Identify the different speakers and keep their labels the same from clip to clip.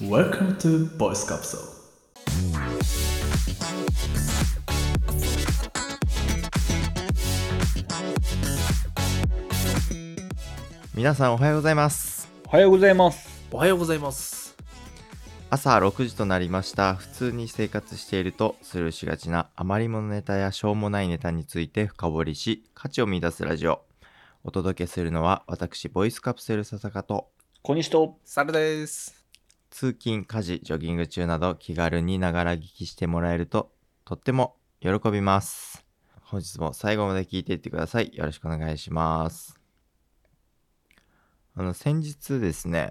Speaker 1: Welcome to Voice Capsule.
Speaker 2: 皆さんおはようございます
Speaker 3: おはようございます。
Speaker 4: おはようございます。
Speaker 2: 朝6時となりました普通に生活しているとスルーしがちな余り物ネタやしょうもないネタについて深掘りし価値を見出すラジオお届けするのは私ボイスカプセル笹香と
Speaker 3: 小西と、
Speaker 4: サルです。
Speaker 2: 通勤家事ジョギング中など気軽にながら聞きしてもらえるととっても喜びます本日も最後まで聞いていってくださいよろしくお願いしますあの先日ですね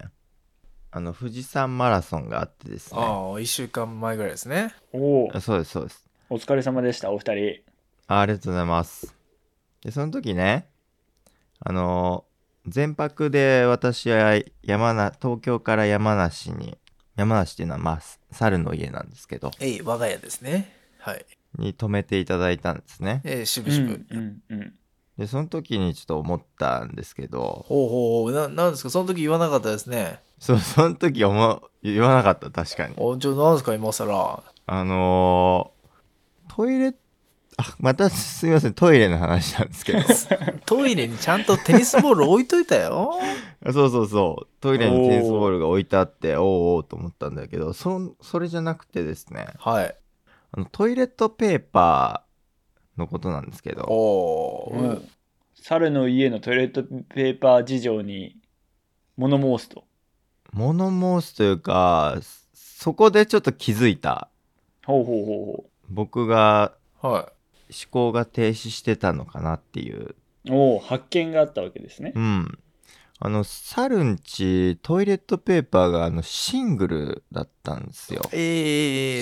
Speaker 2: あの富士山マラソンがあってですね
Speaker 4: ああ、一週間前ぐらいですね。
Speaker 3: おお、
Speaker 2: あそうですそうです
Speaker 3: お疲れ様でした、お二人。
Speaker 2: あありがとうございますでその時ねあの全泊で私は山な東京から山梨に山梨っていうのはまあ猿の家なんですけど
Speaker 4: えい、我が家ですね。はい。
Speaker 2: に泊めていただいたんですね
Speaker 4: えー、しぶ
Speaker 3: う
Speaker 4: しぶ
Speaker 3: ん。、うん、うん。
Speaker 2: でその時にちょっと思ったんですけど
Speaker 4: ほうほうほう。な、なんですかその時言わなかったですね。
Speaker 2: そうその 時思う言わなかった確かに
Speaker 4: お、ちょ、なんですか今更。
Speaker 2: あのートイレあまたすみませんトイレの話なんですけ ど
Speaker 4: トイレにちゃんとテニスボール置いといたよ。
Speaker 2: そうそうそうトイレにテニスボールが置いてあっておーおーと思ったんだけどそんそれじゃなくてですね
Speaker 4: はい。
Speaker 2: あのトイレットペーパーのことなんですけど
Speaker 4: お
Speaker 3: う
Speaker 4: ー
Speaker 3: ん。猿の家のトイレットペーパー事情に物申すと。
Speaker 2: 物申すというかそこでちょっと気づいた
Speaker 3: ほうほうほ
Speaker 2: 僕が
Speaker 4: は
Speaker 2: 思考が停止してたのかなっていう
Speaker 3: うほう。おお、発見があったわけですね
Speaker 2: う。んあのサルンチトイレットペーパーがあのシングルだったんですよ
Speaker 4: い。え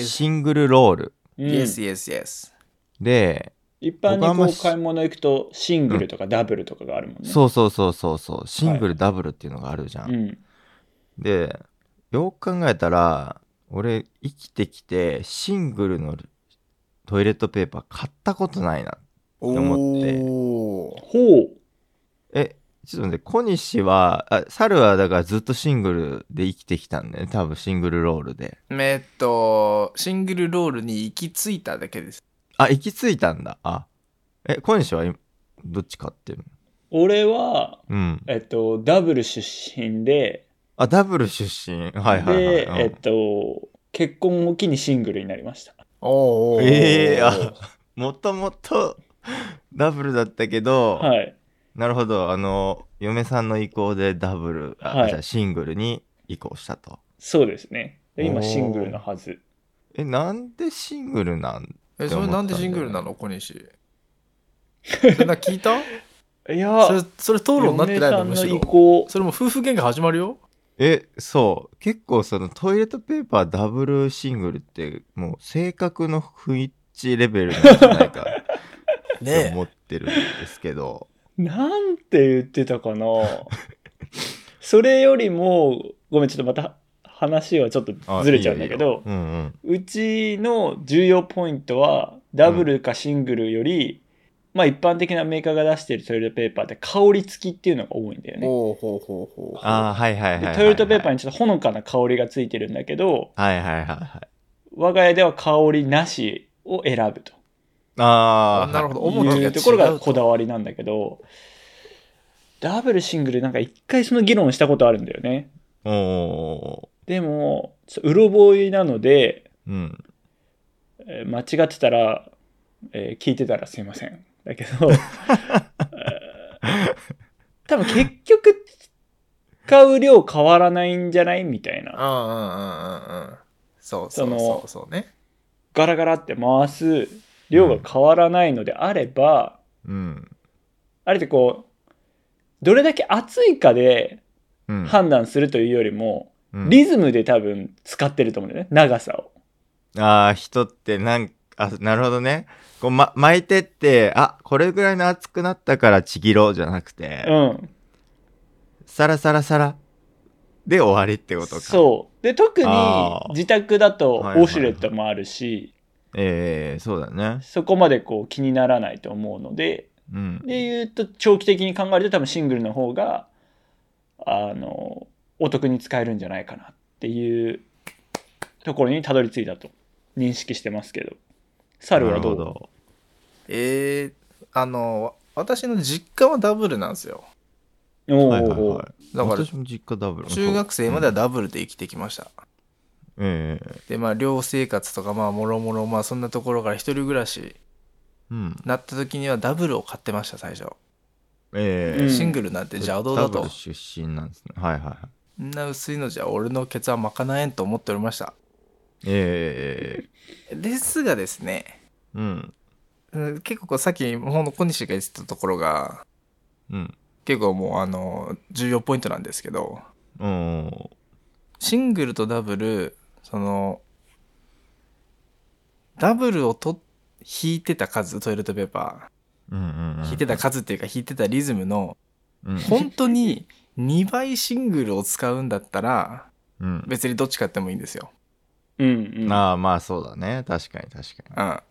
Speaker 4: ー、
Speaker 2: シングルロール
Speaker 3: うん、
Speaker 4: yes, yes, yes.
Speaker 2: で
Speaker 3: 一
Speaker 2: 僕
Speaker 3: 般
Speaker 2: はあん
Speaker 3: に
Speaker 2: ま
Speaker 3: こ
Speaker 2: し
Speaker 3: う買い物行くとシングルとかダブルとかがあるもんね。
Speaker 2: そうそうそうそうそうシングルダブルっていうのがあるじゃん、
Speaker 3: うん。
Speaker 2: でよく考えたら俺生きてきてシングルのトイレットペーパー買ったことないな
Speaker 4: お
Speaker 2: 思って
Speaker 4: おー。
Speaker 3: ほう。
Speaker 2: えちょっと待って小西はあ猿はだからずっとシングルで生きてきたんだよね多分シングルロールで
Speaker 4: えっと、シングルロールに行き着いただけです。
Speaker 2: あ行き着いたんだあえ小西は今どっち買ってるの
Speaker 3: 俺は、
Speaker 2: うん
Speaker 3: えっと、ダブル出身で、
Speaker 2: あダブル出身はいはいはい、
Speaker 3: で、
Speaker 2: うん
Speaker 3: えっと、結婚を機にシングルになりました。
Speaker 4: おーおー。
Speaker 2: ええあもともと ダブルだったけど、
Speaker 3: はい。
Speaker 2: なるほどあの嫁さんの意向でダブルあ、
Speaker 3: はい
Speaker 2: じゃあシングルに移行したと
Speaker 3: そうですね。で
Speaker 2: お
Speaker 3: 今
Speaker 2: ー
Speaker 3: シングルのはず。
Speaker 2: えなんでシングルなん
Speaker 4: え、それなんでシングルなの小西。 そんな聞いた
Speaker 3: いや
Speaker 4: それ、それ討論になってないのむ
Speaker 3: 嫁さ
Speaker 4: し
Speaker 3: んの意
Speaker 4: ろ。
Speaker 3: 向。
Speaker 4: それも夫婦喧嘩始まるよ。
Speaker 2: えそう結構そのトイレットペーパーダブルシングルってもう性格の不一致レベルなんじゃないかって
Speaker 4: え。
Speaker 2: 思ってるんですけど、
Speaker 3: なんて言ってたかなそれよりも、ごめん、ちょっとまた話はちょっと
Speaker 2: あ
Speaker 3: ずれちゃうんだけ
Speaker 2: いい
Speaker 3: ど
Speaker 2: よ、いいようんうん
Speaker 3: うちの重要ポイントは、ダブルかシングルより、まあ一般的なメーカーが出しているトイレットペーパーって香り付きっていうのが多いんだよね。
Speaker 4: ほうほうほうほう。
Speaker 2: あーはいはいはいはい、は
Speaker 3: で
Speaker 2: い、
Speaker 3: トイレットペーパーにちょっとほのかな香りがついてるんだけど、
Speaker 2: はいはいはいはい
Speaker 3: 我が家では香りなしを選ぶと。
Speaker 2: ああ
Speaker 4: なるほど。主
Speaker 3: い
Speaker 4: に
Speaker 3: うところがこだわりなんだけど、ダブルシングルなんか一回その議論したことあるんだよね。
Speaker 2: おお
Speaker 3: でも、ちょっとうろ覚えなので、
Speaker 2: ーうん
Speaker 3: えー間違ってたら、えー聞いてたらすいません。だけ ど、えー多分結局使う量変わらないんじゃないみたい
Speaker 4: うん
Speaker 3: な。
Speaker 4: うんうんうんうん。そうそ
Speaker 3: そ
Speaker 4: う
Speaker 3: の
Speaker 4: そうそうね。
Speaker 3: ガラガラって回す量が変わらないのであれば、
Speaker 2: うん
Speaker 3: あれってこう、どれだけ熱いかで
Speaker 2: うん
Speaker 3: 判断するというよりも、
Speaker 2: うん
Speaker 3: リズムで多分使ってると思うんだよね長さを
Speaker 2: ああ、人ってなんあ、なるほどね。こう、ま、巻いてって、あ、これぐらいの熱くなったからちぎろうじゃなくて、
Speaker 3: うん
Speaker 2: サラサラサラで終わりってことか。う。
Speaker 3: そうで特に
Speaker 2: あー
Speaker 3: 自宅だ
Speaker 2: は
Speaker 3: とウ
Speaker 2: いはいはい
Speaker 3: ォシュレットもあるし
Speaker 2: ええそうだね。
Speaker 3: そこまでこう気にならないと思うので
Speaker 2: うん。
Speaker 3: で言うと長期的に考えると多分シングルの方があのお得に使えるんじゃないかなっていうところにたどり着いたと認識してますけど猿はどう
Speaker 2: なるほ
Speaker 4: えー、あの、私の実家はダブルなんですよ。
Speaker 3: お
Speaker 2: ど
Speaker 3: う
Speaker 2: はい
Speaker 3: お
Speaker 2: はいう
Speaker 3: おう
Speaker 2: はい。
Speaker 4: だから、
Speaker 2: 私も実家ダブル。
Speaker 4: 中学生まではダブルで生きてきました。
Speaker 2: うんええ
Speaker 4: で、まあ、寮生活とか、まあ、もろもろ、まあ、そんなところから一人暮らし
Speaker 2: うん。
Speaker 4: なった時にはダブルを買ってました、最初。
Speaker 2: え
Speaker 3: う
Speaker 2: え
Speaker 3: ん
Speaker 4: シングルなんて邪道だ
Speaker 2: ダブ
Speaker 4: と
Speaker 2: ル。出身なんですね。はいはいはい。
Speaker 4: そんな薄いのじゃ、俺のケツはまかないんと思っておりました。
Speaker 2: ええ
Speaker 4: ですがですね、
Speaker 2: うん。
Speaker 4: うん結構こうさっき、ほんの小西が言ってたところが、
Speaker 2: うん。
Speaker 4: 結構もう、あの、重要ポイントなんですけど、
Speaker 2: うん。
Speaker 4: シングルとダブルそのダブルをと引いてた数トイレットペーパ
Speaker 2: うんうんうん。
Speaker 4: ー引いてた数っていうか引いてたリズムの
Speaker 2: うん。
Speaker 4: 本当に2倍シングルを使うんだったら
Speaker 2: うん。
Speaker 4: 別にどっち買ってもいいんですよ。
Speaker 3: うんうん
Speaker 2: ああ、まあそうだね。確かに確か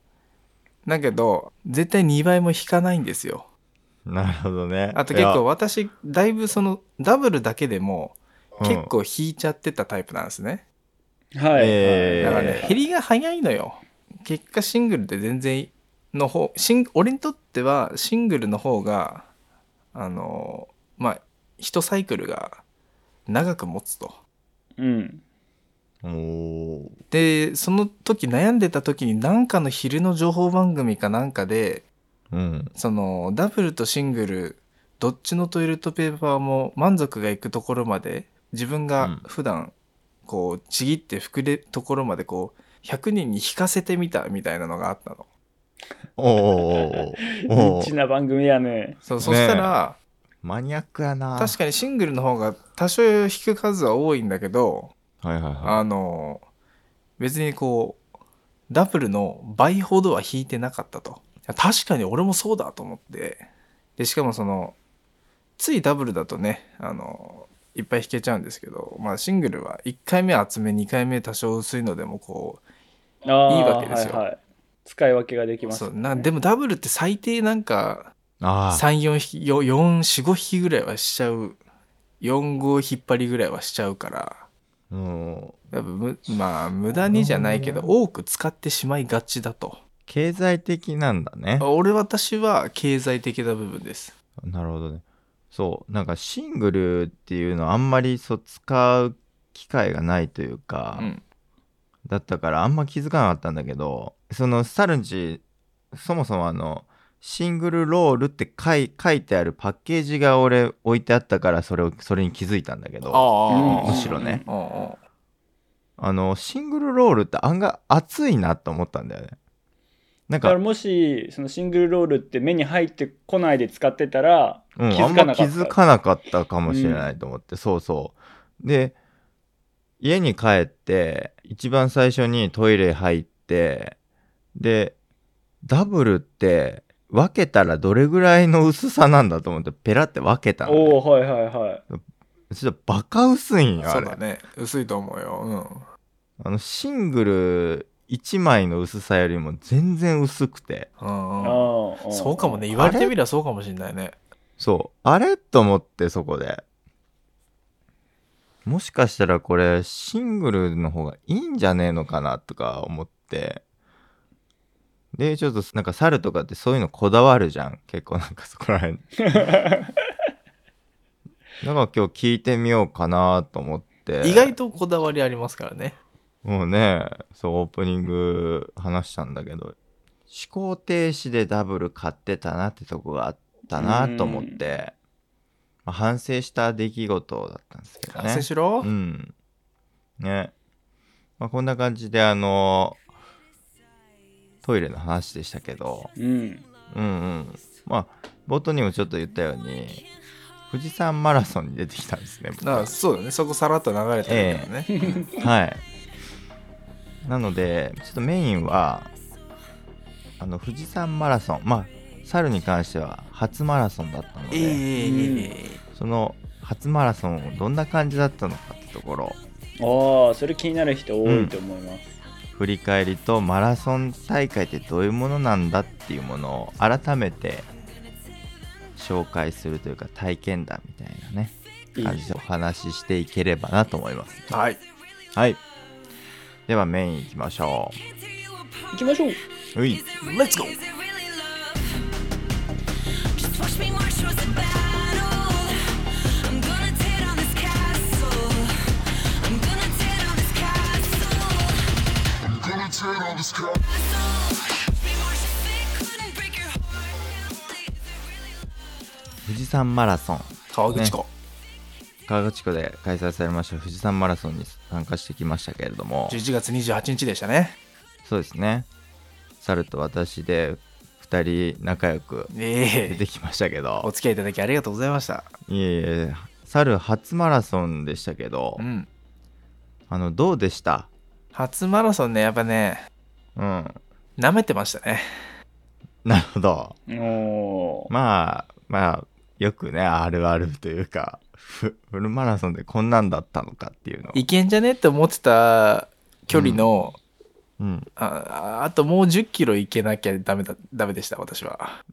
Speaker 4: うん、だけど絶対2倍も引かないんですよ。
Speaker 2: に。なるほどね。
Speaker 4: あと結構
Speaker 2: い
Speaker 4: 私だいぶそのダブルだけでも
Speaker 2: や、
Speaker 4: 結構引いちゃってたタイプなんですね。
Speaker 3: はい、
Speaker 2: えー
Speaker 4: だから
Speaker 3: はい
Speaker 4: ね、減りが早いのよ。結果シングルで全然の方シン俺にとってはシングルの方があのまあ一サイクルが長く持つと。
Speaker 3: うん
Speaker 2: うん。おー
Speaker 4: でその時悩んでた時に何かの昼の情報番組かなんかで
Speaker 2: うん。
Speaker 4: そのダブルとシングルどっちのトイレットペーパーも満足がいくところまで自分が普段こうちぎって膨れところまでこう100人に引かせてみたみたいなのがあったの。
Speaker 2: おお
Speaker 3: ニ
Speaker 2: お
Speaker 3: ッチな番組やね
Speaker 4: そう
Speaker 2: ね
Speaker 4: そしたら、
Speaker 2: マニアックやな。
Speaker 4: 確かにシングルの方が多少引く数は多いんだけど、
Speaker 2: はいはいは
Speaker 4: あの別にこうダブルの倍ほどは引いてなかったと確かに俺もそうだと思ってでしかもそのついダブルだとねあのいっぱい引けちゃうんですけど、まあ、シングルは1回目厚め2回目多少薄いのでもこう
Speaker 3: いいわ
Speaker 4: わけですよ
Speaker 3: はいはい、使い分けができます
Speaker 4: そ
Speaker 3: ね、
Speaker 4: うなでもダブルって最低なんか
Speaker 2: い。ああ。
Speaker 4: 34匹よ445匹ぐらいはしちゃう45引っ張りぐらいはしちゃうから
Speaker 2: うん。
Speaker 4: 多分むまあ無駄にじゃないけど多く使ってしまいがちだと
Speaker 2: 経済的なんだね。
Speaker 4: 俺私は経済的な部分です
Speaker 2: なるほどね。そう。なんかシングルっていうのあんまりそう使う機会がないというか、
Speaker 4: うん
Speaker 2: だったからあんま気づかなかったんだけど、そのサルンジ、そもそもあの、シングルロールって書い書いてあるパッケージが俺置いてあったからそれをそれに気づいたんだけど
Speaker 3: あ
Speaker 2: むしろね
Speaker 4: うんうん
Speaker 2: あのシングルロールって案外熱いなと思ったんだよねなん
Speaker 3: だから
Speaker 2: か
Speaker 3: もしそのシングルロールって目に入ってこないで使ってたら
Speaker 2: うん、
Speaker 3: 気
Speaker 2: あん
Speaker 3: づかな
Speaker 2: ま
Speaker 3: か
Speaker 2: 気
Speaker 3: った
Speaker 2: づかなかったかもしれないと思って、そうそうで家に帰って一番最初にトイレ入ってでダブルって分けたらどれぐらいの薄さなんだと思ってペラって分けたのね、
Speaker 3: おおはいはいはい
Speaker 2: ちょっとバカ薄いんよ
Speaker 4: そ
Speaker 2: あ
Speaker 4: う
Speaker 2: れ
Speaker 4: だね薄いと思うよ
Speaker 2: あのシングル1枚の薄さよりも全然薄くて
Speaker 4: うんうんうん
Speaker 3: ああ
Speaker 4: そうかもね言
Speaker 2: あ
Speaker 4: わ
Speaker 2: れ
Speaker 4: れてみればそうかもしれないね
Speaker 2: そうあれと思ってそこでもしかしたらこれシングルの方がいいんじゃねえのかなとか思ってでちょっとなんか猿とかってそういうのこだわるじゃん結構なんかそこら 辺だから今日聞いてみようかなと思って
Speaker 4: 意外とこだわりありますからね
Speaker 2: もうね、そう、オープニング話したんだけど、思考停止でダブル買ってたなってとこがあったなと思って、まあ、反省した出来事だったんですけどね。
Speaker 4: 反省しろ
Speaker 2: うん。ね。まあ、こんな感じで、あの、トイレの話でしたけど、
Speaker 3: うん
Speaker 2: うんうん。まあ、冒頭にもちょっと言ったように、富士山マラソンに出てきたんですね、僕
Speaker 4: だからそうだねそこさらっと流れてるからね、
Speaker 2: はい。なので、ちょっとメインは、あの、富士山マラソン、まあ、猿に関しては初マラソンだったので、
Speaker 4: ええ
Speaker 2: その初マラソンをどんな感じだったのかってところ、
Speaker 3: ああそれ気になる人多いと思います、
Speaker 2: 振り返りとマラソン大会ってどういうものなんだっていうものを改めて紹介するというか体験談みたいなね、
Speaker 3: いい
Speaker 2: 感じでお話ししていければなと思います。
Speaker 4: はい
Speaker 2: はい。ではメインいきましょ
Speaker 3: 行きましょう
Speaker 2: う。うい。
Speaker 4: Let's go!
Speaker 5: Just watch me march towards the battle. I'm gonna tear down this castle. I'm gonna tear down this castle.
Speaker 6: I'm gonna turn on this cop.
Speaker 5: Castle. We marched thick, couldn't break your heart. Is it really love?
Speaker 2: 富士山マラソン。
Speaker 4: 川口湖、
Speaker 2: 川口湖で開催されました富士山マラソンに参加してきましたけれども、
Speaker 4: 11月28日でしたね
Speaker 2: そうですね。猿と私で2人仲良く出
Speaker 4: ええ
Speaker 2: てきましたけ
Speaker 4: お
Speaker 2: ど、
Speaker 4: 付き合いいただきありがとうございました
Speaker 2: いえいえ、猿初マラソンでしたけど
Speaker 4: う、ん
Speaker 2: あの、どうでした
Speaker 4: 初マラソンねやっぱね
Speaker 2: うん。
Speaker 4: 舐めてましたね
Speaker 2: なるほど。
Speaker 3: おー
Speaker 2: まあ、まあ、よくね、あるあるというか、フフルマラソンでこんなんだったのかっていうのを。
Speaker 4: いけんじゃねって思ってた距離の、
Speaker 2: うん。
Speaker 4: ああともう1 0キロいけなきゃダメだダメでした私は、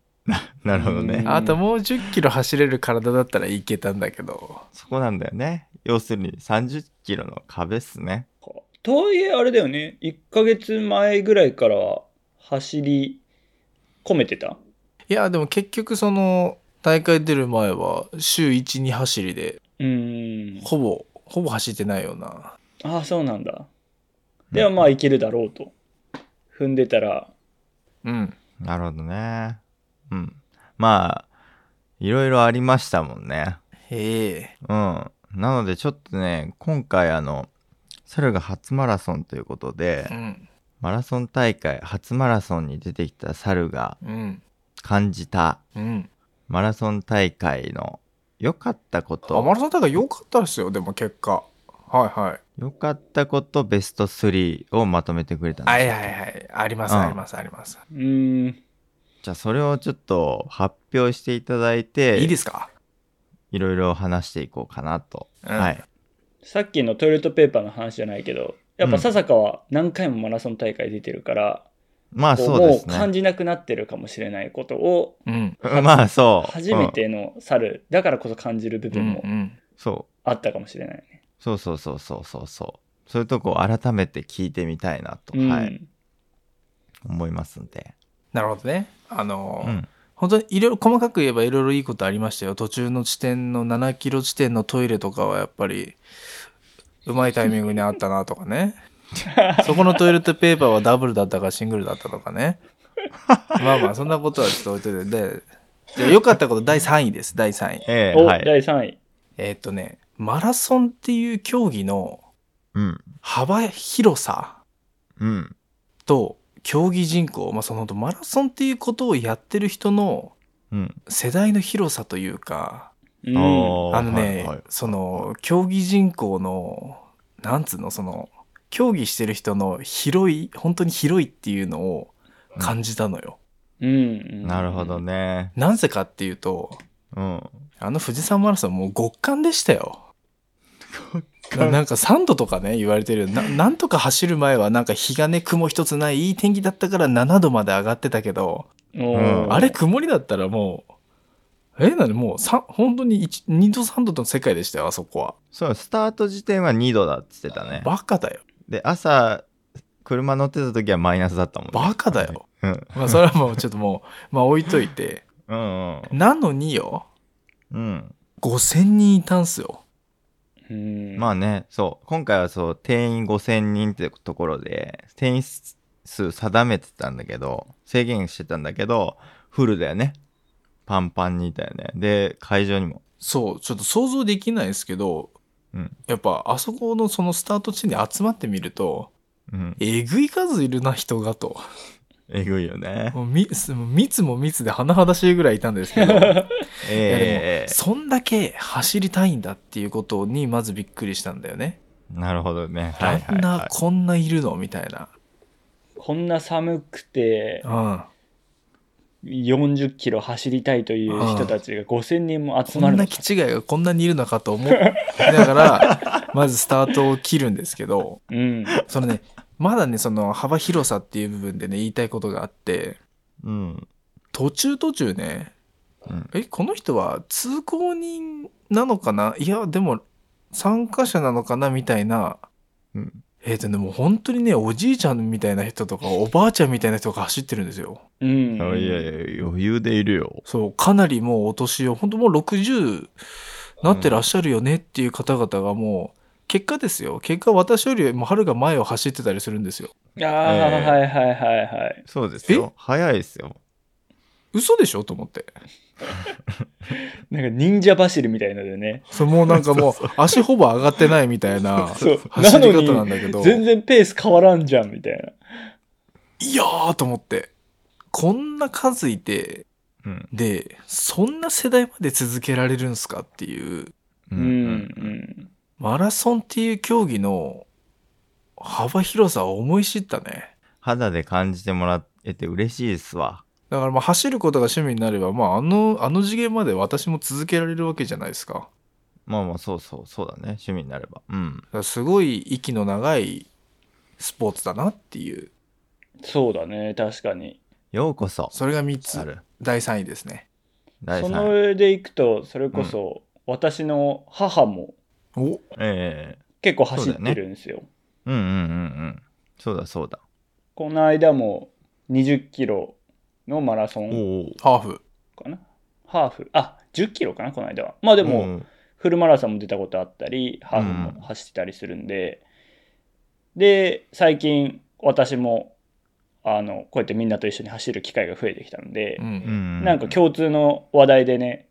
Speaker 2: なるほどね
Speaker 3: うん。
Speaker 4: あともう1 0キロ走れる体だったらいけたんだけど
Speaker 2: そこなんだよね。要するに30キロの壁っすね。
Speaker 3: とはいえあれだよね1ヶ月前ぐらいからは走り込めてた
Speaker 4: いやでも結局その大会出る前は週12走りで
Speaker 3: うーん
Speaker 4: ほぼほぼ走ってないような
Speaker 3: ああそうなんだではまあいけるだろうと踏んでたら
Speaker 4: うん
Speaker 2: なるほどね。うん。まあ、いろいろありましたもんね。
Speaker 4: へえ
Speaker 2: うん。なのでちょっとね、今回あの、猿が初マラソンということで、
Speaker 4: うん
Speaker 2: マラソン大会、初マラソンに出てきた猿が
Speaker 4: うん
Speaker 2: 感じた
Speaker 4: うん
Speaker 2: マラソン大会の良かったこ
Speaker 4: あマ
Speaker 2: と、
Speaker 4: ラソン大会良かったですよでも結果はいはい
Speaker 2: 良かったことベスト3をまとめてくれたんです
Speaker 4: は
Speaker 2: よ
Speaker 4: いはいはいありま
Speaker 2: う
Speaker 4: す
Speaker 2: ん
Speaker 4: ありますあります、
Speaker 3: うーん
Speaker 2: じゃあそれをちょっと発表していただいて、
Speaker 4: いいですか
Speaker 2: いろいろ話していこうかなと。
Speaker 4: うん
Speaker 2: はい。
Speaker 3: さっきのトイレットペーパーの話じゃないけどやっぱ笹香は何回もマラソン大会出てるから、
Speaker 2: まあ
Speaker 3: こう
Speaker 2: そうで
Speaker 3: もう
Speaker 2: す
Speaker 3: 感
Speaker 2: ね。
Speaker 3: じなくなってるかもしれないことを
Speaker 4: うん
Speaker 2: うんまあそう。
Speaker 3: 初めての猿だからこそ感じる部
Speaker 4: うん
Speaker 3: 分も
Speaker 4: うん
Speaker 2: うんそう。
Speaker 3: あったかもしれないね。
Speaker 2: そうそうそうそうそうそう。そういうとこを改めて聞いてみたいなと、
Speaker 3: うん
Speaker 2: はい、思いますんで。
Speaker 4: なるほどねあのー
Speaker 2: うん。
Speaker 4: 本当にいろいろ細かく言えばいろいろいいことありましたよ途中の地点の7キロ地点のトイレとかはやっぱりうまいタイミングにあったなとかねそこのトイレットペーパーはダブルだったかシングルだったとかねまあまあそんなことはちょっと置いといてでじゃあ良かったこと第3位です第3位
Speaker 2: ええ
Speaker 3: お、
Speaker 2: はい。
Speaker 3: 第3位。
Speaker 4: えーっとねマラソンっていう競技の
Speaker 2: うん。
Speaker 4: 幅広さ
Speaker 2: うん。
Speaker 4: と競技人口、まあ、そのマラソンっていうことをやってる人の
Speaker 2: うん。
Speaker 4: 世代の広さというか
Speaker 3: うん、
Speaker 2: おー
Speaker 4: あのね、
Speaker 2: はいはい
Speaker 4: その競技人口のなんつうのその競技してる人の広い本当に広いっていうのを感じたのよ。
Speaker 3: うん、
Speaker 2: なるほど。ね。
Speaker 4: なぜかっていうと
Speaker 2: うん。
Speaker 4: あの富士山マラソンもう極寒でしたよ。ななんか3度とかね言われてるななんとか走る前はなんか日がね雲一つないいい天気だったから7度まで上がってたけど
Speaker 3: お
Speaker 2: う
Speaker 3: ー
Speaker 2: ん
Speaker 4: あれ曇りだったらもうえなんでもうさ本当に1 2度3度の世界でしたよあそこは
Speaker 2: そう、スタート時点は2度だっつってたね。
Speaker 4: バカだよ
Speaker 2: で、朝、車乗ってた時はマイナスだったもんね。
Speaker 4: バカだよ。
Speaker 2: うん。
Speaker 4: まあそれはもうちょっともう、まあ置いといて。
Speaker 2: うんうん。
Speaker 4: なのによ、
Speaker 2: うん。
Speaker 4: 5000人いたんすよ。
Speaker 3: うん、
Speaker 2: まあね、そう。今回はそう、定員5000人ってところで、定員数定めてたんだけど、制限してたんだけど、フルだよね。パンパンにいたよね。で、会場にも。
Speaker 4: そう、ちょっと想像できないですけど、
Speaker 2: うん
Speaker 4: やっぱあそこのそのスタート地に集まってみると、
Speaker 2: うん。
Speaker 4: えぐい数いるな人がと。
Speaker 2: えぐいよね。
Speaker 4: もう密もう密も密で甚だしいぐらいいたんですけ ど、いやで
Speaker 2: ええ
Speaker 4: もそんだけ走りたいんだっていうことにまずびっくりしたんだよね。
Speaker 2: なるほどね。はい
Speaker 4: あ
Speaker 2: は
Speaker 4: ん
Speaker 2: い、
Speaker 4: な
Speaker 2: は
Speaker 4: こんないるのみたいな。
Speaker 3: こんな寒くて
Speaker 4: うん。
Speaker 3: 40キロ走りたいという人たちが5000人も集ま
Speaker 4: こん
Speaker 3: る
Speaker 4: な
Speaker 3: の
Speaker 4: 気違いがこんなにいるのかと思いな がらまずスタートを切るんですけど
Speaker 3: うん。
Speaker 4: そのねまだねその幅広さっていう部分でね言いたいことがあって
Speaker 2: い。うん。
Speaker 4: 途中途中ね、
Speaker 2: うん
Speaker 4: えこの人は通行人なのかないやでも参加者なのかなみたいな
Speaker 2: うん
Speaker 4: えっ、とね、もう本当にね、おじいちゃんみたいな人とか、おばあちゃんみたいな人が走ってるんですよ。
Speaker 3: うん。
Speaker 2: あいやいや、余裕でいるよ。
Speaker 4: そう、かなりもうお年を、本当もう60なってらっしゃるよねっていう方々がもう、結果ですよ。結果私よりもはるか前を走ってたりするんですよ。
Speaker 3: ああ、
Speaker 2: えー
Speaker 3: はいはいはいはい。
Speaker 2: そうですよ。早いですよ。
Speaker 4: 嘘でしょと思って。
Speaker 3: なんか忍者走りみたいのでね。
Speaker 4: そうもうなんかもう足ほぼ上がってないみたいな
Speaker 3: そう
Speaker 4: 走り方なんだけど、
Speaker 3: 全然ペース変わらんじゃんみたいな。
Speaker 4: いやーと思って。こんな数いて、
Speaker 2: うん。
Speaker 4: で、そんな世代まで続けられるんすかっていう。
Speaker 2: う
Speaker 3: うんうん。
Speaker 4: マラソンっていう競技の幅広さを思い知ったね。
Speaker 2: 肌で感じてもらえて嬉しいですわ。
Speaker 4: だからまあ走ることが趣味になれば、まああの、あの次元まで私も続けられるわけじゃないですか。だか
Speaker 2: まあまあ、そうそう、そうだね。趣味になれば。うん。
Speaker 4: らすごい息の長いスポーツだなっていう。
Speaker 3: そうだね、確かに。
Speaker 2: ようこそ。
Speaker 4: それが3
Speaker 2: あ
Speaker 4: つ、
Speaker 2: る。
Speaker 4: 第3位ですね。
Speaker 2: 第
Speaker 3: そ
Speaker 2: 三
Speaker 3: の
Speaker 2: 位。
Speaker 3: 上でいくと、それこそ、私の母も
Speaker 4: お
Speaker 2: え
Speaker 3: 結構走ってるんですよ。
Speaker 2: えうんうんうんうん。そうだそうだ。
Speaker 3: この間も20キロのマラソン
Speaker 2: おお。
Speaker 4: ハーフ。
Speaker 3: かな。ハーフ。あ、10キロかな、この間は。まあでも、
Speaker 2: うん、
Speaker 3: フルマラソンも出たことあったり、ハーフも走ってたりするんで、で、最近、私も、あの、こうやってみんなと一緒に走る機会が増えてきたので、
Speaker 4: う。
Speaker 2: うんん、
Speaker 3: なんか共通の話題でね、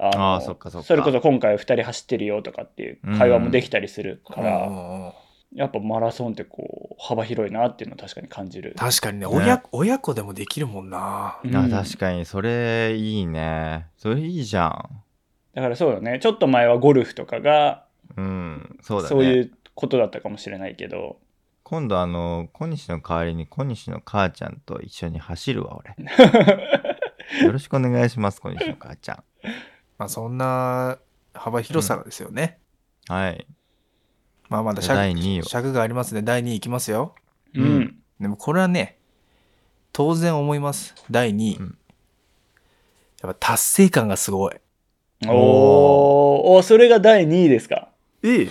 Speaker 3: あの
Speaker 2: あーそっかそっか
Speaker 3: れこそ今回2人走ってるよとかっていう会話もできたりするから、
Speaker 4: うんうんうん
Speaker 3: やっぱマラソンってこう、幅広いなっていうのを確かに感じる。
Speaker 4: 確かにね
Speaker 2: ね
Speaker 4: 親、親子でもできるもんな。
Speaker 3: うん
Speaker 2: あ確かに、それいいね。それいいじゃん。
Speaker 3: だからそうだね、ちょっと前はゴルフとかが、
Speaker 2: うん、そうだね。
Speaker 3: そういうことだったかもしれないけど、
Speaker 2: 今度あの、小西の代わりに小西の母ちゃんと一緒に走るわ、俺。 よろしくお願いします、小西の母ちゃん。
Speaker 4: まあそんな幅広さですよね。
Speaker 2: はい。
Speaker 4: まあまだ
Speaker 2: じゃあ第
Speaker 4: 尺
Speaker 2: 2位を。
Speaker 4: 尺がありますね。第2位いきますよ。
Speaker 2: うん
Speaker 3: うん
Speaker 4: でもこれはね、当然思います。第2位。
Speaker 2: うん
Speaker 4: やっぱ達成感がすごい。
Speaker 3: おーおーそれが第2位ですか
Speaker 4: え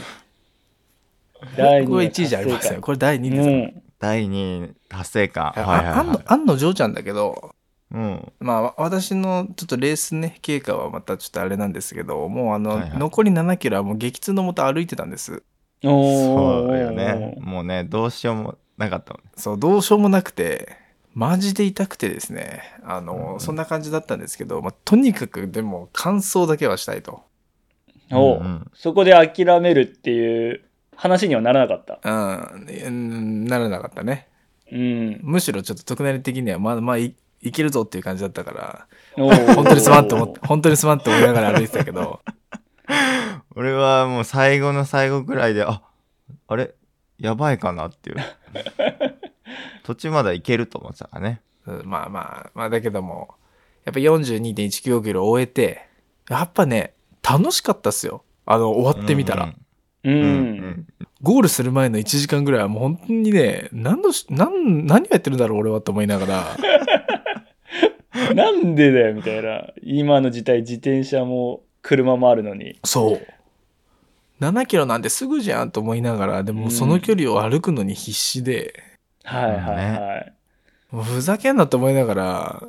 Speaker 3: 第
Speaker 4: これ1位じゃありません。これ第2位です
Speaker 3: う
Speaker 4: か
Speaker 3: ん、
Speaker 2: 第2位、達成感。はい
Speaker 4: ら。
Speaker 2: はい
Speaker 4: ああんの
Speaker 2: は
Speaker 4: あんの嬢ちゃんだけど、
Speaker 2: い。うん。
Speaker 4: まあわ私のちょっとレースね、経過はまたちょっとあれなんですけど、もうあの、
Speaker 2: はいはい
Speaker 4: 残り7キロはもう激痛のもと歩いてたんです。
Speaker 3: お
Speaker 2: そ
Speaker 3: ー
Speaker 2: うよね。もうね、どうしようもなかったもんね。
Speaker 4: そう、どうしようもなくて、マジで痛くてですね、あの、
Speaker 2: うん
Speaker 4: そんな感じだったんですけど、まあ、とにかくでも感想だけはしたいと。
Speaker 3: おー
Speaker 2: うんうん
Speaker 3: そこで諦めるっていう話にはならなかった。
Speaker 4: うん、うんならなかったね。
Speaker 3: うん。
Speaker 4: むしろちょっと特なり的にはまあまあいいけるぞっていう感じだったから
Speaker 3: 本
Speaker 4: 本当にすまんと思って本当にすまんと思いながら歩いてたけど
Speaker 2: 俺はもう最後の最後くらいで、あ、あれやばいかなっていう。 途中まだいけると思ってたからね。
Speaker 4: うんまあまあまあだけどもやっぱ42.195キロ終えてやっぱね楽しかったっすよあの終わってみたら、
Speaker 2: う
Speaker 3: う
Speaker 2: ん。うん
Speaker 3: ん。
Speaker 4: ゴールする前の1時間ぐらいはもう本当にね何のし何何をやってるんだろう俺はと思いながら
Speaker 3: なんでだよみたいな。今の時代、自転車も車もあるのに。
Speaker 4: そう7キロなんてすぐじゃんと思いながらでもその距離を歩くのに必死で、
Speaker 3: はいはいはい。
Speaker 4: もうふざけんなと思いながら、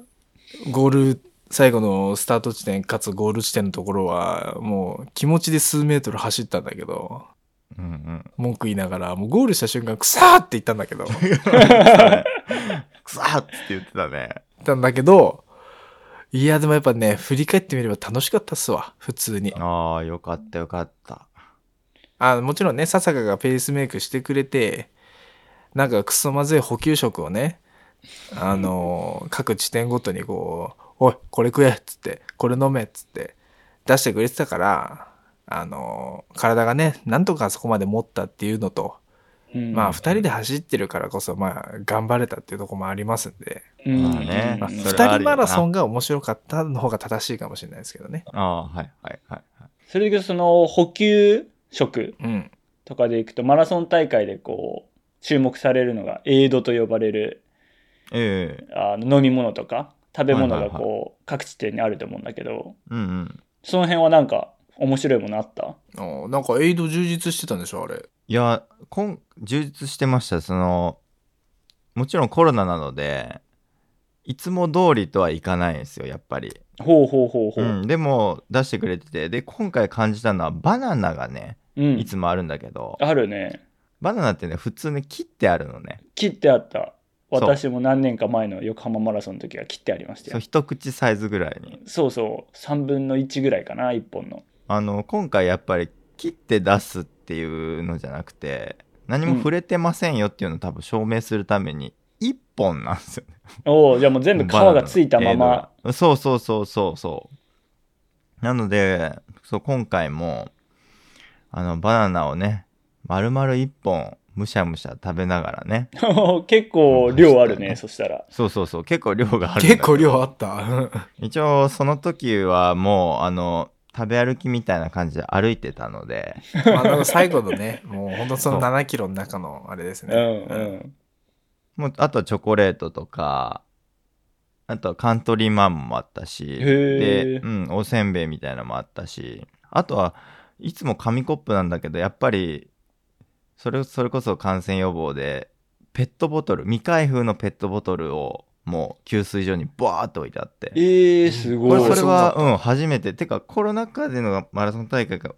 Speaker 4: ゴール、最後のスタート地点かつゴール地点のところは、もう気持ちで数メートル走ったんだけど、
Speaker 2: うんうん。
Speaker 4: 文句言いながら、もうゴールした瞬間、くさーって言ったんだけ ど、言っ
Speaker 2: くさーっつって言ってたね。
Speaker 4: たんだけど、いや、でもやっぱね、振り返ってみれば楽しかったっすわ、普通に。
Speaker 2: ああ、よかったよかった。
Speaker 4: あもちろんね、笹香がペースメイクしてくれて、なんかクソまずい補給食をね、あの、 各地点ごとにこう、おい、これ食えっつって、これ飲めっつって、出してくれてたから、あの、体がね、なんとかそこまで持ったっていうのと、
Speaker 3: うん
Speaker 4: まあ、二人で走ってるからこそ、まあ、頑張れたっていうところもありますんで、
Speaker 3: うん
Speaker 2: まあね
Speaker 3: うん
Speaker 4: まあ、
Speaker 2: それ
Speaker 4: 二
Speaker 2: はあ
Speaker 4: 人
Speaker 2: るよな
Speaker 4: マラソンが面白かったの方が正しいかもしれないですけどね。
Speaker 2: ああ、はいはいはいはい。
Speaker 3: それでその補給食
Speaker 4: うん。
Speaker 3: とかでいくとマラソン大会でこう注目されるのがエイドと呼ばれる
Speaker 2: ええ
Speaker 3: あの飲み物とか食べ物が
Speaker 2: はいは
Speaker 3: こう各地点にあると思うんだけど
Speaker 2: うんうん。
Speaker 3: その辺はなんか面白いものあった
Speaker 4: おなんかエイド充実してたんでしょ、あれ。
Speaker 2: いや、こん充実してました。その、もちろんコロナなので、いつも通りとはいかないんですよ、やっぱり。
Speaker 3: ほうほうほうほ
Speaker 2: う
Speaker 3: う。
Speaker 2: ん、でも、出してくれてて、で、今回感じたのは、バナナがね、
Speaker 3: うん
Speaker 2: い。つもあるんだけど、
Speaker 3: あるね。
Speaker 2: バナナってね、普通ね、切ってあるのね。
Speaker 3: 切ってあった。
Speaker 2: そう
Speaker 3: 私も何年か前の横浜マラソンの時は切ってありました
Speaker 2: そう
Speaker 3: よ。
Speaker 2: 一口サイズぐらいに。
Speaker 3: そうそう。3分の1ぐらいかな、1本の。
Speaker 2: あの、今回やっぱり、切って出すっていうのじゃなくて、何も触れてませんよっていうのを多分証明するために、一本なんですよね。
Speaker 3: おお、じゃあもう全部皮がついたま
Speaker 2: バナナ
Speaker 3: ま
Speaker 2: の。程度がそうそうそうそうそうなのでそう今回もあのバナナをね丸々1本むしゃむしゃ食べながらね
Speaker 3: 結構量ある
Speaker 2: う
Speaker 3: ね、
Speaker 2: ん
Speaker 3: そしたら。
Speaker 2: そうそうそう結構量があるんだけど
Speaker 4: 結構量あ った。
Speaker 2: 一応その時はもうあの食べ歩きみたいな感じで歩いてたので
Speaker 4: まあ、なんか最後のね、もう本当その
Speaker 2: そう
Speaker 4: 7キロの中のあれです
Speaker 3: うん
Speaker 4: ね。
Speaker 3: うん。
Speaker 2: もうあとはチョコレートとかあとはカントリーマンもあったし
Speaker 3: へ
Speaker 2: で、
Speaker 3: ー
Speaker 2: うん、おせんべいみたいなのもあったしあとはいつも紙コップなんだけどやっぱりそれそれこそ感染予防でペットボトル未開封のペットボトルをもう給水所にバーッと置いてあって
Speaker 3: ええ、す
Speaker 2: こ
Speaker 3: ご
Speaker 2: れ
Speaker 3: い。
Speaker 2: それは、
Speaker 4: そう
Speaker 2: うん、初めててかコロナ禍でのマラソン大会が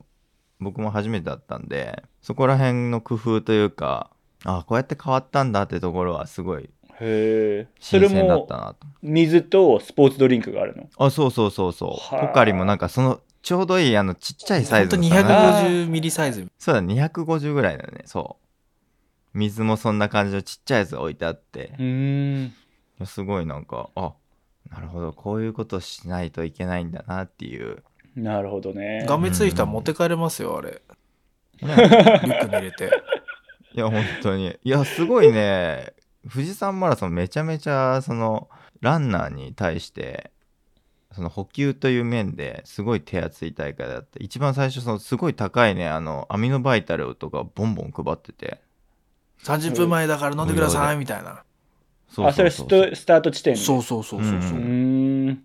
Speaker 2: 僕も初めてだったんでそこら辺の工夫というかあこうやって変わったんだってところはすごい
Speaker 3: へえ。そ
Speaker 2: 新
Speaker 3: れ
Speaker 2: 鮮だ
Speaker 3: も
Speaker 2: ったなと
Speaker 3: 水とスポーツドリンクがあるの。
Speaker 2: あそうそうそうそう
Speaker 3: はあ
Speaker 2: ポカリもなんかそのちょうどいいあのちっちゃいサイ
Speaker 4: 本
Speaker 2: ズ
Speaker 4: 当
Speaker 2: のさ
Speaker 3: 200
Speaker 4: 250ミリサイズ。
Speaker 2: そうだ250ぐらいだよねそう水もそんな感じのちっちゃいやつ置いてあって
Speaker 3: う、ーん。
Speaker 2: すごいなんかあなるほどこういうことしないといけないんだなっていう、
Speaker 3: なるほどね。
Speaker 4: 画面ついたら持って帰れますよ、あれ。
Speaker 2: ね、
Speaker 4: リュックに入れて。
Speaker 2: いや本当にいやすごいね富士山マラソンめちゃめちゃそのランナーに対してその補給という面ですごい手厚い大会だって一番最初そのすごい高いねあのアミノバイタルとかボンボン配ってて
Speaker 4: 30分前だから飲んでください、みたいな。
Speaker 2: そ
Speaker 3: あ、それはストスタート地点で。
Speaker 4: そうそうそうそうそうう。
Speaker 3: ーん。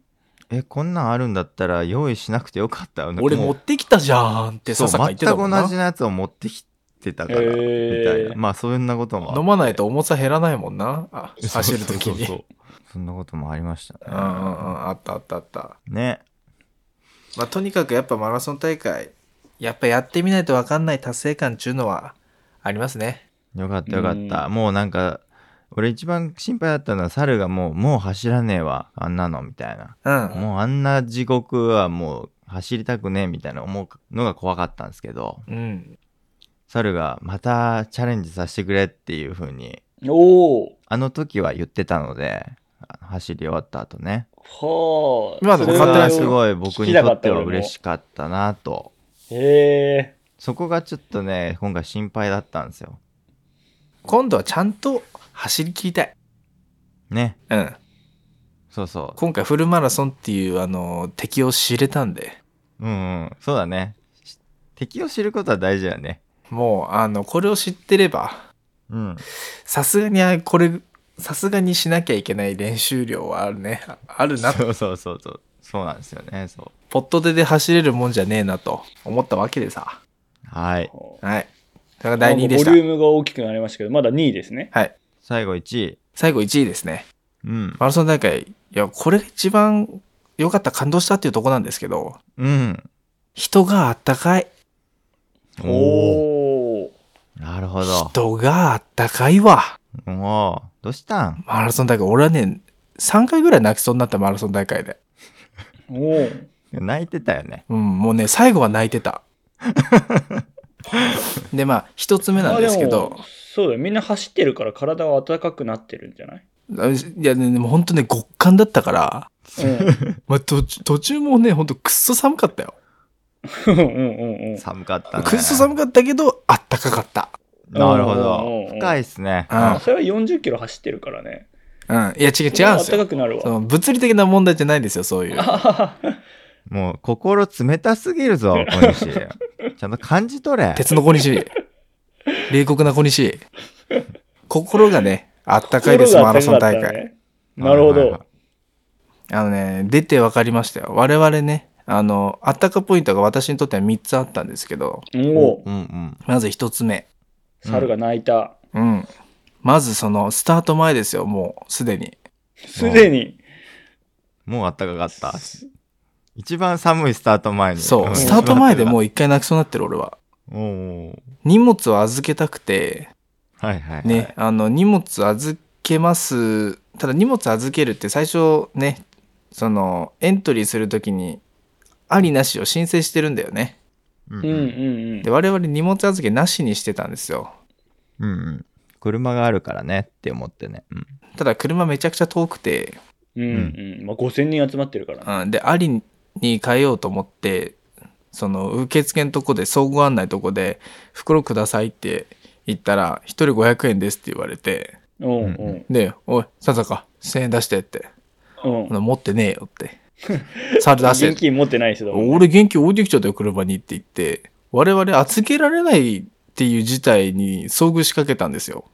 Speaker 2: えこんなんあるんだったら用意しなくてよかった
Speaker 4: 俺持
Speaker 2: もう
Speaker 4: ってきたじゃーんって
Speaker 2: そう
Speaker 4: ささか言
Speaker 2: 全
Speaker 4: ってた
Speaker 2: く
Speaker 4: もんな
Speaker 2: 同じ。なやつを持ってきてたから、
Speaker 3: へー
Speaker 2: みたいなまあそんなこともあって
Speaker 4: 飲まないと重さ減らないもんな。あ
Speaker 2: そう
Speaker 4: 走るときに。
Speaker 2: そううそ
Speaker 4: んうんうん
Speaker 2: うそんなこともありましたね
Speaker 4: あったあったあった。
Speaker 2: ね
Speaker 4: まあ、とにかくやっぱマラソン大会、やっぱやってみないと分かんない達成感っていうのはありますね。
Speaker 2: よかったよかった、もうなんか俺一番心配だったのは猿がもうもう走らねえわあんなのみたいな、
Speaker 4: うん。
Speaker 2: もうあんな地獄はもう走りたくねえみたいな思うのが怖かったんですけど
Speaker 4: うん。
Speaker 2: 猿がまたチャレンジさせてくれっていう風に
Speaker 3: おお。
Speaker 2: あの時は言ってたのであの走り終わった後ね
Speaker 3: はあ。
Speaker 4: 今で
Speaker 2: そ
Speaker 4: も
Speaker 2: れ
Speaker 4: 勝手
Speaker 2: が
Speaker 4: な
Speaker 2: す
Speaker 4: 人
Speaker 2: ごい僕にとっては嬉し
Speaker 3: い。
Speaker 2: かったなと
Speaker 3: へえ。
Speaker 2: そこがちょっとね今回心配だったんですよ
Speaker 4: 今度はちゃんと走り切りたい。
Speaker 2: ね
Speaker 4: うん。
Speaker 2: そうそう
Speaker 4: 今回フルマラソンっていう、あの、敵を知れたんで、
Speaker 2: うんうんそうだねし敵を知ることは大事だね
Speaker 4: もう、あの、これを知ってれば、
Speaker 2: うん
Speaker 4: さすがに、あこれ、さすがにしなきゃいけない練習量はあるね。ああるな。
Speaker 2: そうそうそうそうそうなんですよねそう
Speaker 4: ポットでで走れるもんじゃねえなと思ったわけでさ。
Speaker 2: はい
Speaker 4: はい。それが第2位でし
Speaker 3: ボ
Speaker 4: た
Speaker 3: リ。ュームが大きくなりましたけど、まだ2位ですね。
Speaker 4: はい。
Speaker 2: 最後1位
Speaker 4: 最後1位ですね。
Speaker 2: うん
Speaker 4: マラソン大会、いや、これが一番良かった、感動したっていうとこなんですけど、
Speaker 2: うん
Speaker 4: 人があったかい。
Speaker 2: おお
Speaker 3: おお。
Speaker 2: なるほど
Speaker 4: 人があったかいわ。
Speaker 2: おおーどうしたん
Speaker 4: マラソン大会、俺はね、3回ぐらい泣きそうになったマラソン大会で。
Speaker 3: おお。
Speaker 2: 泣いてたよね
Speaker 4: うん、もうね、最後は泣いてた。で、まあ、一つ目なんですけ
Speaker 3: まあ
Speaker 4: ど
Speaker 3: も、そうだよみんな走ってるから体は暖かくなってるんじゃない、
Speaker 4: いや、ね、でも本当ね、極寒だったから、
Speaker 3: うん、
Speaker 4: まあ、途中途中もね、本当くっそ寒かったよ。
Speaker 3: うんうんうん
Speaker 2: 寒かったね
Speaker 4: くっそ寒かったけど、あったかかった。
Speaker 2: なるほ
Speaker 3: おーおー
Speaker 2: ど
Speaker 3: おー
Speaker 2: 深いっすね
Speaker 4: う
Speaker 3: あ
Speaker 4: ん
Speaker 3: それは40キロ走ってるからね。。
Speaker 4: うん、いや、違う、違うんです
Speaker 3: あった
Speaker 4: よ。
Speaker 3: かくなる
Speaker 4: そ
Speaker 3: わ。
Speaker 4: の物理的な問題じゃないんですよ、そういう。
Speaker 2: もう心冷たすぎるぞ、小西。ちゃんと感じ取れ。
Speaker 4: 鉄の小西。冷酷な小西。心がね、あったかいです、
Speaker 3: 心
Speaker 4: マ
Speaker 3: が
Speaker 4: ラ
Speaker 3: 暖
Speaker 4: ソ
Speaker 3: か
Speaker 4: ン
Speaker 3: かっ
Speaker 4: 大
Speaker 3: た
Speaker 4: 会。
Speaker 3: ね。なるほ
Speaker 2: はいはい
Speaker 3: ど
Speaker 2: は。
Speaker 4: あのね、出て分かりましたよ。我々ね、あの、あったかポイントが私にとっては3つあったんですけど、
Speaker 3: おお
Speaker 2: うんうん。
Speaker 4: まず1つ目。
Speaker 3: 猿が泣いた。
Speaker 4: うん。まずその、スタート前ですよ、もう、すでに。
Speaker 3: すでに、
Speaker 2: もう暖かかった。一番寒いスタート前に。
Speaker 4: そう、
Speaker 2: ん
Speaker 4: スタート前でもう一回泣きそうになってる、俺は。
Speaker 2: おー
Speaker 4: 荷物を預けたくて、
Speaker 2: はいはい、はい。
Speaker 4: ね、あの、荷物預けます。ただ荷物預けるって最初ね、その、エントリーするときに、ありなしを申請してるんだよね。
Speaker 2: う
Speaker 3: うんう
Speaker 2: ん
Speaker 3: んうん
Speaker 4: で、。我々荷物預けなしにしてたんですよ。
Speaker 2: うんうん。車があるからねって思ってね。うん。
Speaker 4: ただ車めちゃくちゃ遠くて、
Speaker 3: うんうん。まあ、5000人集まってるからね。
Speaker 4: うん、で、ありに変えようと思って、その、受付のとこで、総合案内のとこで、袋くださいって言ったら、一人500円ですって言われて、
Speaker 3: うんうん
Speaker 4: で、おい、ささか、1000円出してって。
Speaker 3: うん。
Speaker 4: 持ってねえよ って。猿出せっ
Speaker 3: 現
Speaker 4: て。
Speaker 3: 金持ってない人だもんね。
Speaker 4: 俺現金置いてきちゃったよ、車にって言って。我々預けられないっていう事態に遭遇しかけたんですよ。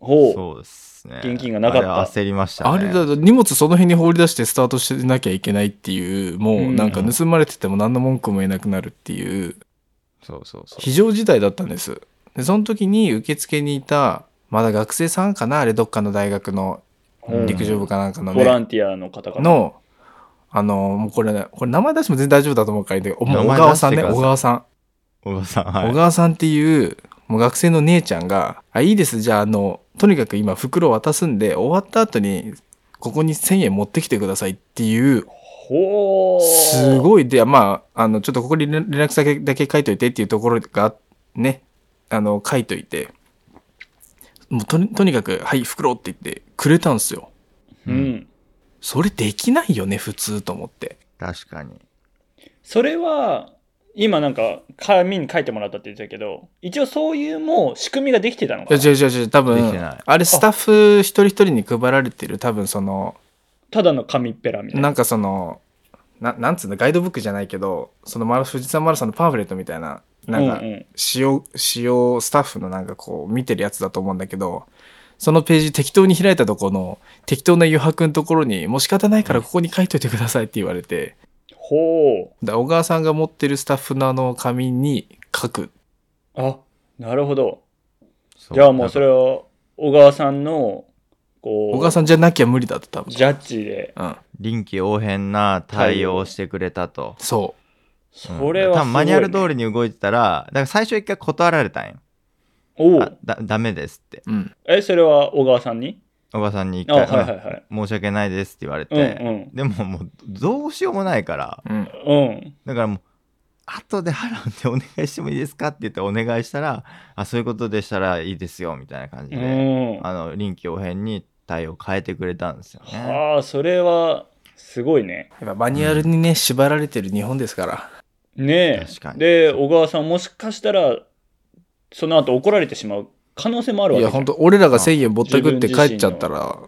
Speaker 3: ほ
Speaker 2: そうですね。
Speaker 3: 現金がなかった
Speaker 2: あれ焦りましたね。
Speaker 4: あれだと荷物その辺に放り出してスタートしてなきゃいけないっていう、もうなんか盗まれてても何の文句も言えなくなるっていう
Speaker 2: そうそうそう。
Speaker 4: 非常事態だったんです。で、その時に受付にいた、まだ学生さんかなあれどっかの大学
Speaker 3: う。
Speaker 4: の
Speaker 3: うん
Speaker 4: 陸上部かなんかの
Speaker 3: ボラ
Speaker 4: ね、
Speaker 3: ンティアの方から。
Speaker 4: の、あの、もうこれね、これ名前出しても全然大丈夫だと思うからいいんだけど、もう小川さんね、
Speaker 2: 名前出してください
Speaker 4: 小川さ
Speaker 2: 小川さ
Speaker 4: ん。
Speaker 2: ん、はい
Speaker 4: 小川さんっていうもう学生の姉ちゃんが「あいいですじゃああのとにかく今袋渡すんで終わった後にここに1,000円持ってきてください」っていう
Speaker 3: ほー。
Speaker 4: す
Speaker 3: い。
Speaker 4: ごいでまああのちょっとここに連連絡先だけ書いといてっていうところがねあの書いといてもうとにとにかく「はい袋」って言ってくれたんですよ。
Speaker 3: うん。
Speaker 4: それできないよね普通と思って。
Speaker 2: 確かに。
Speaker 3: それは、今なんか、紙に書いてもらったって言ってたけど、一応そういうもう仕組みができてたの
Speaker 4: い
Speaker 3: か
Speaker 4: や
Speaker 3: な
Speaker 4: 違う違う違う多
Speaker 2: できて
Speaker 4: 分
Speaker 2: ない
Speaker 4: あれスタッフ一人一人に配られてる多分その
Speaker 3: ただの紙っぺらみたい
Speaker 4: な
Speaker 3: な。
Speaker 4: んかそのななんつうのガイドブックじゃないけどそのマラ富士山マラソンのパンフレットみたいななんか
Speaker 3: うんうん
Speaker 4: 使用,、使用スタッフのなんかこう見てるやつだと思うんだけどそのページ適当に開いたところの適当な余白のところにもう仕方ないからここに書いといてくださいって言われて
Speaker 3: ほ
Speaker 4: だ小川さんが持ってるスタッフのあの紙に書く
Speaker 3: う。あ、なるほど。
Speaker 2: そ
Speaker 3: じゃあもうそれを、小川さんの、こう、
Speaker 4: 小川さんじゃなきゃ無理だって多分
Speaker 3: ジャッジで。
Speaker 4: うん
Speaker 2: 臨機応変な対応をしてくれたと。
Speaker 4: そ
Speaker 3: それはすごい、ね。
Speaker 2: 多分マニュアル通り
Speaker 3: に。
Speaker 2: に動いてたら、だから最初一回断られたんよ。
Speaker 3: お
Speaker 2: あ
Speaker 3: う
Speaker 2: だダメですって。
Speaker 4: ううん
Speaker 3: え、それは小川さんに
Speaker 2: 小川さんに一
Speaker 3: あ、
Speaker 2: 回、
Speaker 3: はいはいはい。
Speaker 2: 申し訳ないですって言われて、
Speaker 3: うん
Speaker 2: でももうどうしようもないから、
Speaker 4: うん
Speaker 3: うん。
Speaker 2: だからもう、後で払うんでお願いしてもいいですかって言ってお願いしたら、あ、そういうことでしたらいいですよみたいな感じ
Speaker 3: う
Speaker 2: で、
Speaker 3: ん。うん。
Speaker 2: あの臨機応変に対応を変えてくれたんですよね。
Speaker 3: はあ、それは、すごいね。
Speaker 4: やっぱマニュアルにね縛られてる日本ですから
Speaker 3: ねえ。
Speaker 2: 確かに
Speaker 3: で、小川さん、もしかしたら、その後怒られてしまう可能性もあるわ
Speaker 4: い
Speaker 3: けじ
Speaker 4: や
Speaker 3: ゃん
Speaker 4: 本当俺らが1,000円ぼったくって帰っちゃったら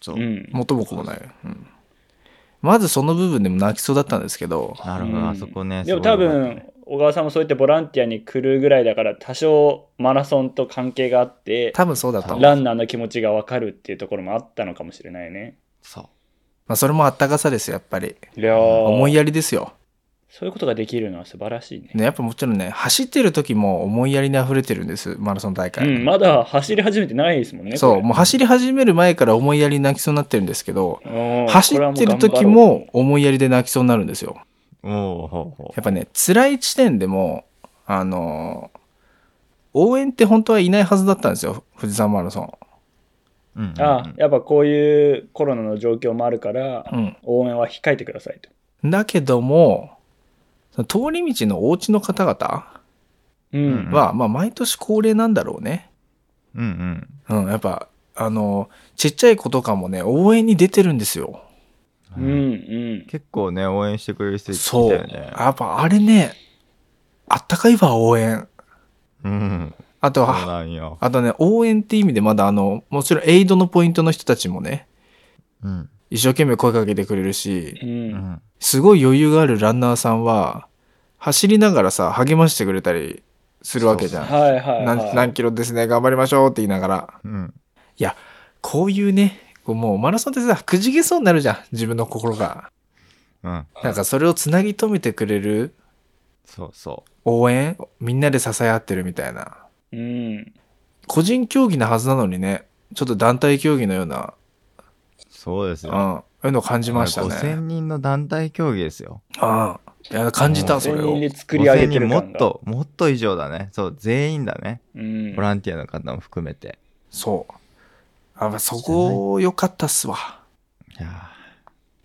Speaker 2: そう
Speaker 3: う。ん。
Speaker 4: 元も子もない、うんまずその部分でも泣きそうだったんですけど
Speaker 2: なるほ
Speaker 3: うん
Speaker 2: ど、あそこね。
Speaker 3: でも
Speaker 2: すご
Speaker 3: 多
Speaker 2: いよかった
Speaker 3: 分、小川さんもそうやってボランティアに来るぐらいだから、多少マラソンと関係があって、
Speaker 4: 多分そうだと思う、
Speaker 3: ランナーの気持ちが分かるっていうところもあったのかもしれないね。
Speaker 2: そう。
Speaker 4: まあ、それもあったかさですよやっぱり
Speaker 3: いやー
Speaker 4: 思いやりですよ、
Speaker 3: そういうことができるのは素晴らしいね。
Speaker 4: ね、やっぱもちろんね走ってる時も思いやりに溢れてるんですマラソン大
Speaker 3: う
Speaker 4: 会、
Speaker 3: ん、まだ走り始めてないですもんね。
Speaker 4: そう
Speaker 3: こ
Speaker 4: もう走り始める前から思いやりに泣きそうになってるんですけど
Speaker 3: れうん
Speaker 4: 走ってる時も、思いやりで泣きそうになるんですよ
Speaker 2: おおほうほう
Speaker 4: やっぱね辛い地点でもあのー応援って本当はいないはずだったんですよ富士山マラソン
Speaker 2: うんうんうん
Speaker 3: これはもう頑張ろうあ、やっぱこういうコロナの状況もあるから、
Speaker 4: うん
Speaker 3: 応援は控えてくださいと。
Speaker 4: だけども、その通り道のお家の方々
Speaker 3: うん。
Speaker 2: うん
Speaker 4: は、まあ、毎年恒例なんだろうね。
Speaker 2: うんうん。
Speaker 4: うん、やっぱ、あの、ちっちゃい子とかもね、応援に出てるんですよ。
Speaker 3: うん、うん。
Speaker 2: 結構ね、応援してくれる人いた
Speaker 4: そう。
Speaker 2: よね。
Speaker 4: やっぱ、あれね、あったかいわ、応援。
Speaker 2: うん。
Speaker 4: あと
Speaker 2: そう
Speaker 4: は、
Speaker 2: なんよ。
Speaker 4: あとね、応援って意味でまだ、あの、もちろんエイドのポイントの人たちもね、
Speaker 2: うん。
Speaker 4: 一生懸命声かけてくれる
Speaker 3: う。
Speaker 4: し、
Speaker 2: うんん。
Speaker 4: すごい余裕があるランナーさんは、走りながらさ、励ましてくれたりするわけじゃん。
Speaker 3: はいはい、はい。
Speaker 4: 何何キロですね、頑張りましょうって言いながら。
Speaker 2: うん。
Speaker 4: いや、こういうね、こうもうマラソンってさ、くじけそうになるじゃん、自分の心が。
Speaker 2: うん。
Speaker 4: なんかそれをつなぎ止めてくれる
Speaker 2: そうそ
Speaker 4: 応援、みんなで支え合ってるみたいな。
Speaker 3: うん。
Speaker 4: 個人競技なはずなのにね、ちょっと団体競技のような、
Speaker 2: そうです
Speaker 4: うん、
Speaker 2: よ。
Speaker 4: そういうのを感じました
Speaker 2: 5000
Speaker 4: ね。
Speaker 2: 人の団体競技ですよ。
Speaker 4: うん。いや、感じた、そ
Speaker 3: 全
Speaker 4: れ
Speaker 3: 人
Speaker 4: を。
Speaker 3: で作り上げてる
Speaker 2: 5000人も
Speaker 3: 感
Speaker 2: っ
Speaker 3: が
Speaker 2: と、もっと以上だね。そう、全員だね。
Speaker 3: うん
Speaker 2: ボランティアの方も含めて。
Speaker 4: そう。あまあそこ、良かったっすわ。
Speaker 2: いや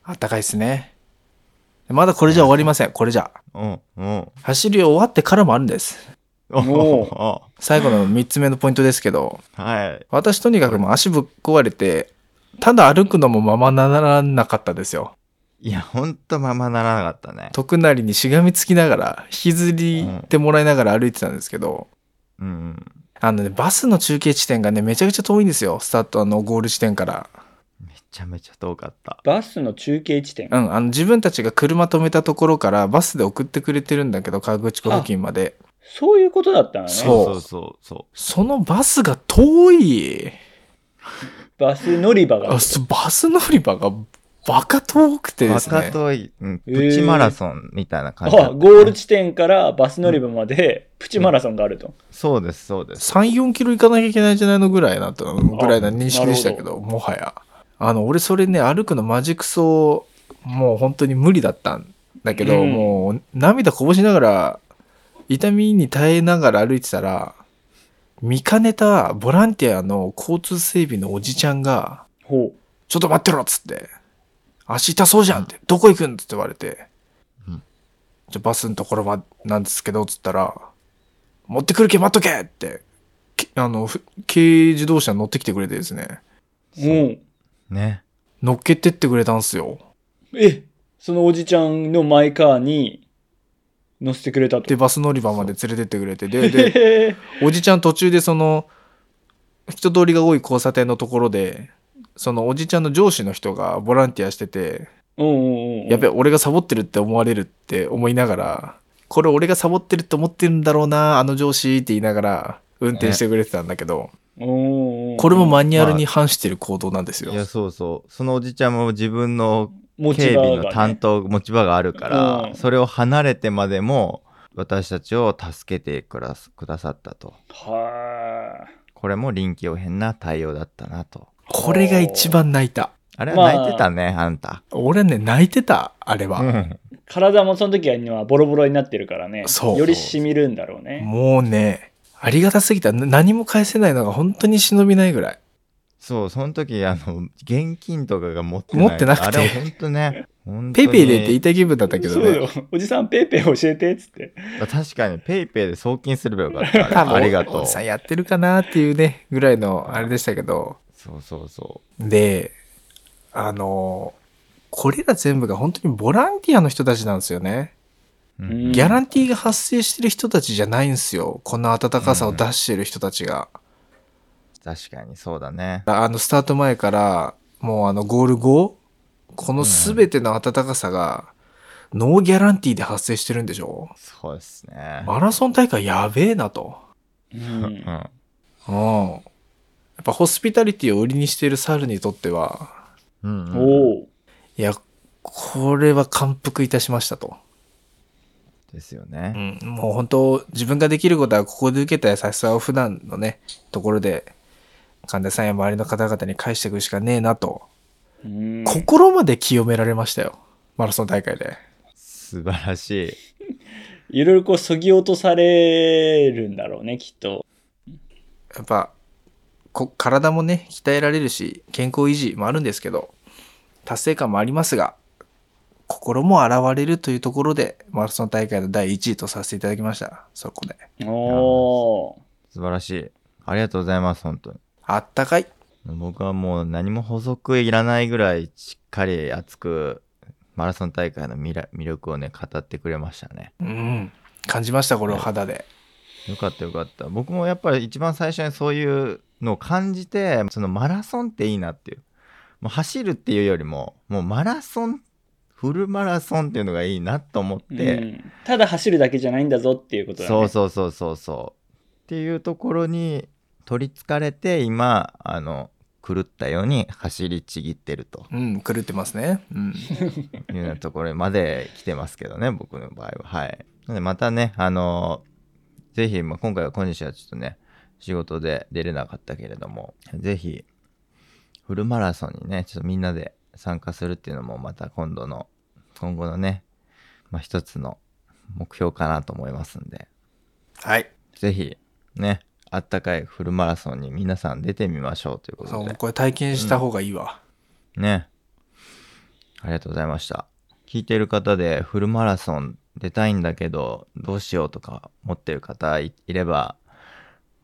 Speaker 4: あったかいっすね。まだこれじゃ終わりません、これじゃ。
Speaker 2: ーうん、うん。
Speaker 4: 走り終わってからもあるんです。
Speaker 2: お
Speaker 3: お
Speaker 2: お
Speaker 4: 最後の3つ目のポイントですけど、
Speaker 2: はい。
Speaker 4: 私とにかくもう足ぶっ壊れて、ただ歩くのもままならなかったですよ。
Speaker 2: いや、ほんとままならなかったね。
Speaker 4: 徳成にしがみつきながら、引きずりってもらいながら歩いてたんですけど、
Speaker 2: うんうん。
Speaker 4: あのね、バスの中継地点がね、めちゃくちゃ遠いんですよ。スタートのゴール地点から。
Speaker 2: めちゃめちゃ遠かった。
Speaker 3: バスの中継地点
Speaker 4: うん、あの自分たちが車止めたところからバスで送ってくれてるんだけど、河口湖付近まで。
Speaker 3: そういうことだったのね
Speaker 4: そ
Speaker 2: そ
Speaker 4: う
Speaker 2: うそうそ
Speaker 4: そのバスが遠い
Speaker 3: バス乗り場が
Speaker 4: あすバス乗り場がバカ遠くて
Speaker 2: う。
Speaker 4: です
Speaker 2: 赤
Speaker 4: ね。
Speaker 2: 遠い、うん、プ
Speaker 3: えー
Speaker 2: チマラソンみたいな感じだった
Speaker 3: あ
Speaker 2: ね、
Speaker 3: ゴール地点からバス乗り場までプチマラソンがあると、
Speaker 2: そうです、そうです。
Speaker 4: 3、4キロ行かなきゃいけないんじゃないのぐらいなと、ぐらいな認識でしたけ
Speaker 3: な
Speaker 4: ど、もはや。あの、俺それね、歩くのマジクソ、もう本当に無理だったんだけど、
Speaker 3: うん
Speaker 4: もう涙こぼしながら、痛みに耐えながら歩いてたら、見かねたボランティアの交通整備のおじちゃんが、
Speaker 3: ほ
Speaker 4: ちょっと待ってろっつって。足痛そうじゃんって。どこ行くんっつって言われて。
Speaker 2: うん
Speaker 4: じゃあバスのところまなんですけど、つったら、持ってくるけ待っとけって、けあの、ふ軽自動車に乗ってきてくれてですね。
Speaker 3: ううん
Speaker 2: ね。
Speaker 4: 乗っけてってくれたんすよ。
Speaker 3: えそのおじちゃんのマイカーに乗せてくれたと
Speaker 4: で、バス乗り場まで連れてってくれて、で、で、
Speaker 3: へえ
Speaker 4: おじちゃん途中でその人通りが多い交差点のところで、そのおじちゃんの上司の人がボランティアしてて、
Speaker 3: うんうんうん
Speaker 4: やべ、俺がサボってるって思われるって思いながら、これ俺がサボってるって思ってるんだろうな、あの上司って言いながら運転してくれてたんだけど、
Speaker 3: うんうん
Speaker 4: これもマニュアルに反してる行動なんですよ。
Speaker 2: いや、そうそう。そのおじちゃんも自分の
Speaker 3: 持ち
Speaker 2: 警
Speaker 3: 場がね
Speaker 2: 備の担当、持ち場があるから、
Speaker 3: うん
Speaker 2: それを離れてまでも、私たちを助けてくだすくださったと。
Speaker 3: はあ
Speaker 2: これも臨機応変な対応だったなと。
Speaker 4: これが一番泣いた。
Speaker 2: あれ
Speaker 3: まあ
Speaker 2: は泣いてたね、あんた。
Speaker 4: 俺ね、泣いてた、あれは。
Speaker 2: うん。
Speaker 3: 体もその時にはボロボロになってるからね
Speaker 4: そう
Speaker 3: よりしみるんだろうね
Speaker 4: もうね、ありがたすぎた。な何も返せないのが本当に忍びないぐらい。
Speaker 2: そう、その時、あの、現金とかが持って
Speaker 4: 持ってなくて
Speaker 2: あれ、ほんとね。本当
Speaker 4: ペイ
Speaker 2: に
Speaker 4: ペイでって言いたい気分だったけど
Speaker 3: そう
Speaker 4: ね。
Speaker 3: よおじさんペイペイ教えてっつって
Speaker 2: 確かに、ペイペイで送金すればよかった。あれありがと
Speaker 4: お
Speaker 2: う。
Speaker 4: じ
Speaker 2: そ
Speaker 4: さんやってるかなっていうね、ぐらいのあれでしたけど、
Speaker 2: うそうそ
Speaker 4: で、あの、これら全部が本当にボランティアの人たちなんですよね。
Speaker 2: う。うん
Speaker 3: うん
Speaker 4: ギャランティーが発生してる人たちじゃないんですよ。この温かさを出してる人たちが。
Speaker 2: 確かに、そうだね。
Speaker 4: あの、スタート前から、もうあの、ゴール後、この全ての温かさが、ノーギャランティーで発生してるんでしょ
Speaker 2: そうですね。
Speaker 4: マラソン大会やべえなと。
Speaker 3: うん
Speaker 2: う、ん。
Speaker 4: うん。やっぱホスピタリティを売りにしている猿にとっては、
Speaker 2: うんうん、
Speaker 3: おお
Speaker 4: いや、これは感服いたしましたと。
Speaker 2: ですよ
Speaker 4: う
Speaker 2: ね。
Speaker 4: ん、もう本当自分ができることはここで受けた優しさを普段のねところで患者さんや周りの方々に返していくしかねえなと、
Speaker 3: うん
Speaker 4: 心まで清められましたよマラソン大会で
Speaker 2: 素晴らしい。
Speaker 3: いろいろこうそぎ落とされるんだろうねきっと
Speaker 4: やっぱこ体もね鍛えられるし健康維持もあるんですけど達成感もありますが心も洗われるというところでマラソン大会の第1位とさせていただきましたそこで
Speaker 3: おお
Speaker 2: 素晴らしい。ありがとうございます、本当に。
Speaker 4: あったかい
Speaker 2: 僕はもう何も補足いらないぐらいしっかり熱くマラソン大会の魅ら魅力をね、語ってくれましたね。
Speaker 4: うん感じましたこれを肌で
Speaker 2: よかったよかった。僕もやっぱり一番最初にそういうのを感じて、そのマラソンっていいなっていう。もう走るっていうよりも、もうマラソン、フルマラソンっていうのがいいなと思っ
Speaker 3: うん
Speaker 2: て、
Speaker 3: ただ走るだけじゃないんだぞっていうことだね
Speaker 2: そうそうそうそうそう。っていうところに取りつかれて今あの狂ったように走りちぎってると
Speaker 4: うん狂ってますね うん
Speaker 2: いうようなところまで来てますけどね僕の場合は。はい、なのでまたねあのぜひ、まあ、今回は今週はちょっとね仕事で出れなかったけれども、ぜひ、フルマラソンにね、ちょっとみんなで参加するっていうのも、また今度の、今後のね、まあ、一つの目標かなと思いますんで、
Speaker 4: はい。
Speaker 2: ぜひ、ね、あったかいフルマラソンに皆さん出てみましょうというこ
Speaker 4: そう、
Speaker 2: と
Speaker 4: もう
Speaker 2: で、
Speaker 4: これ体験した方がいいわ。
Speaker 2: ね。ありがとうございました。聞いてる方でフルマラソン出たいんだけど、どうしようとか持ってる方いいれば、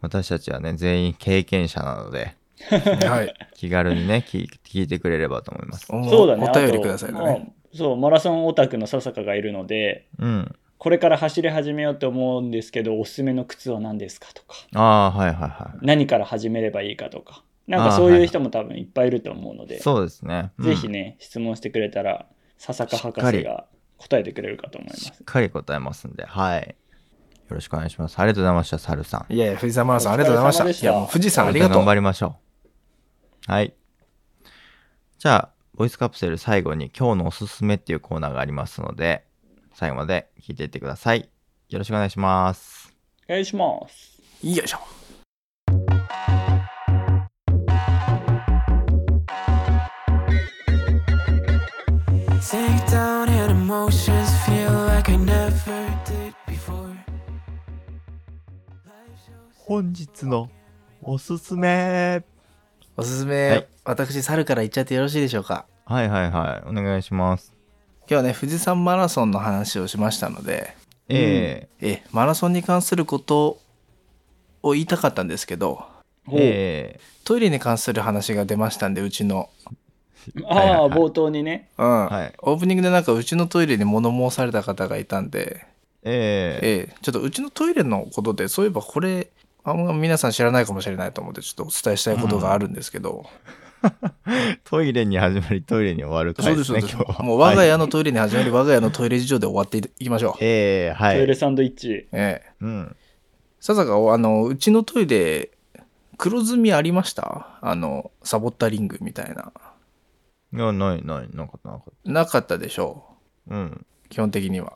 Speaker 2: 私たちはね、全員経験者なので、
Speaker 4: はい。
Speaker 2: 気軽に ね、聞い聞いてくれればと思います。
Speaker 3: そうだね。
Speaker 4: お便
Speaker 3: あ
Speaker 4: り
Speaker 3: と
Speaker 4: くださいだ
Speaker 3: まあ
Speaker 4: ね。
Speaker 3: そう、マラソンオタクの笹香がいるので、
Speaker 2: うん。
Speaker 3: これから走り始めようと思うんですけど、おすすめの靴は何ですかとか、
Speaker 2: ああ、はいはいは
Speaker 3: 何から始めればいいかとか、なん
Speaker 2: あ
Speaker 3: か
Speaker 2: ー
Speaker 3: そう
Speaker 2: はい
Speaker 3: い
Speaker 2: は
Speaker 3: う
Speaker 2: い
Speaker 3: 人も多分いっぱいいると思うので、
Speaker 2: い。そうですね。うん
Speaker 3: ぜひね、質問してくれたら、笹香博士が答えてくれるかと思いま
Speaker 2: し
Speaker 3: す
Speaker 2: っ。かり答えますんで、はい。よろしくお願いします。ありがとうございました、サルさん。
Speaker 4: いやいや、富士山マラソンありがとうござい
Speaker 3: お疲れ様
Speaker 4: ま
Speaker 3: で
Speaker 4: し。
Speaker 3: したた
Speaker 4: いや、もう富士山ありがとう
Speaker 2: 頑。張りましょう。はい。じゃあ、ボイスカプセル最後に今日のおすすめっていうコーナーがありますので、最後まで聞いていってください。よろしくお願いします。
Speaker 3: お願いします。
Speaker 4: よいしょ。
Speaker 7: Take down and emotions feel like I never did before.
Speaker 2: 本日のおすすめ。
Speaker 4: おすす
Speaker 2: はい
Speaker 4: め、私、猿から言っちゃってよろしいでしょうか。
Speaker 2: はいはいはい。お願いします。
Speaker 4: 今日はね、富士山マラソンの話をしましたので、
Speaker 2: え
Speaker 4: え、マラソンに関することを言いたかったんですけど、
Speaker 2: ー、え
Speaker 4: トイレに関する話が出ましたんで、うちの。
Speaker 2: ー、
Speaker 3: ああ、
Speaker 2: はいはいはい
Speaker 3: 冒頭にね。
Speaker 4: うん。
Speaker 2: はい
Speaker 4: オープニングでなんか、うちのトイレに物申された方がいたんで、
Speaker 2: えー、
Speaker 4: ええ、ちょっとうちのトイレのことで、そういえばこれ、あんま皆さん知らないかもしれないと思って、ちょっとお伝えしたいことがあるんですけど、
Speaker 2: トイレに始まりトイレに終わる
Speaker 4: そ
Speaker 2: 回
Speaker 4: う
Speaker 2: で
Speaker 4: で
Speaker 2: す
Speaker 4: す、そう
Speaker 2: ね、
Speaker 4: です
Speaker 2: 今日。は。
Speaker 4: もう我が
Speaker 2: はい
Speaker 4: 家のトイレに始まり、我が家のトイレ事情で終わっていきましょう。
Speaker 2: えー、は
Speaker 3: トイレ
Speaker 2: い。
Speaker 3: サンドイッチ。
Speaker 4: ええ。
Speaker 2: うん。
Speaker 4: ささか、あの、うちのトイレ、黒ずみありましたあの、サボったリングみたいな。
Speaker 2: いや、ないない、なかったなかっ
Speaker 4: なかったでしょ
Speaker 2: た。うん。
Speaker 4: う。基本的には。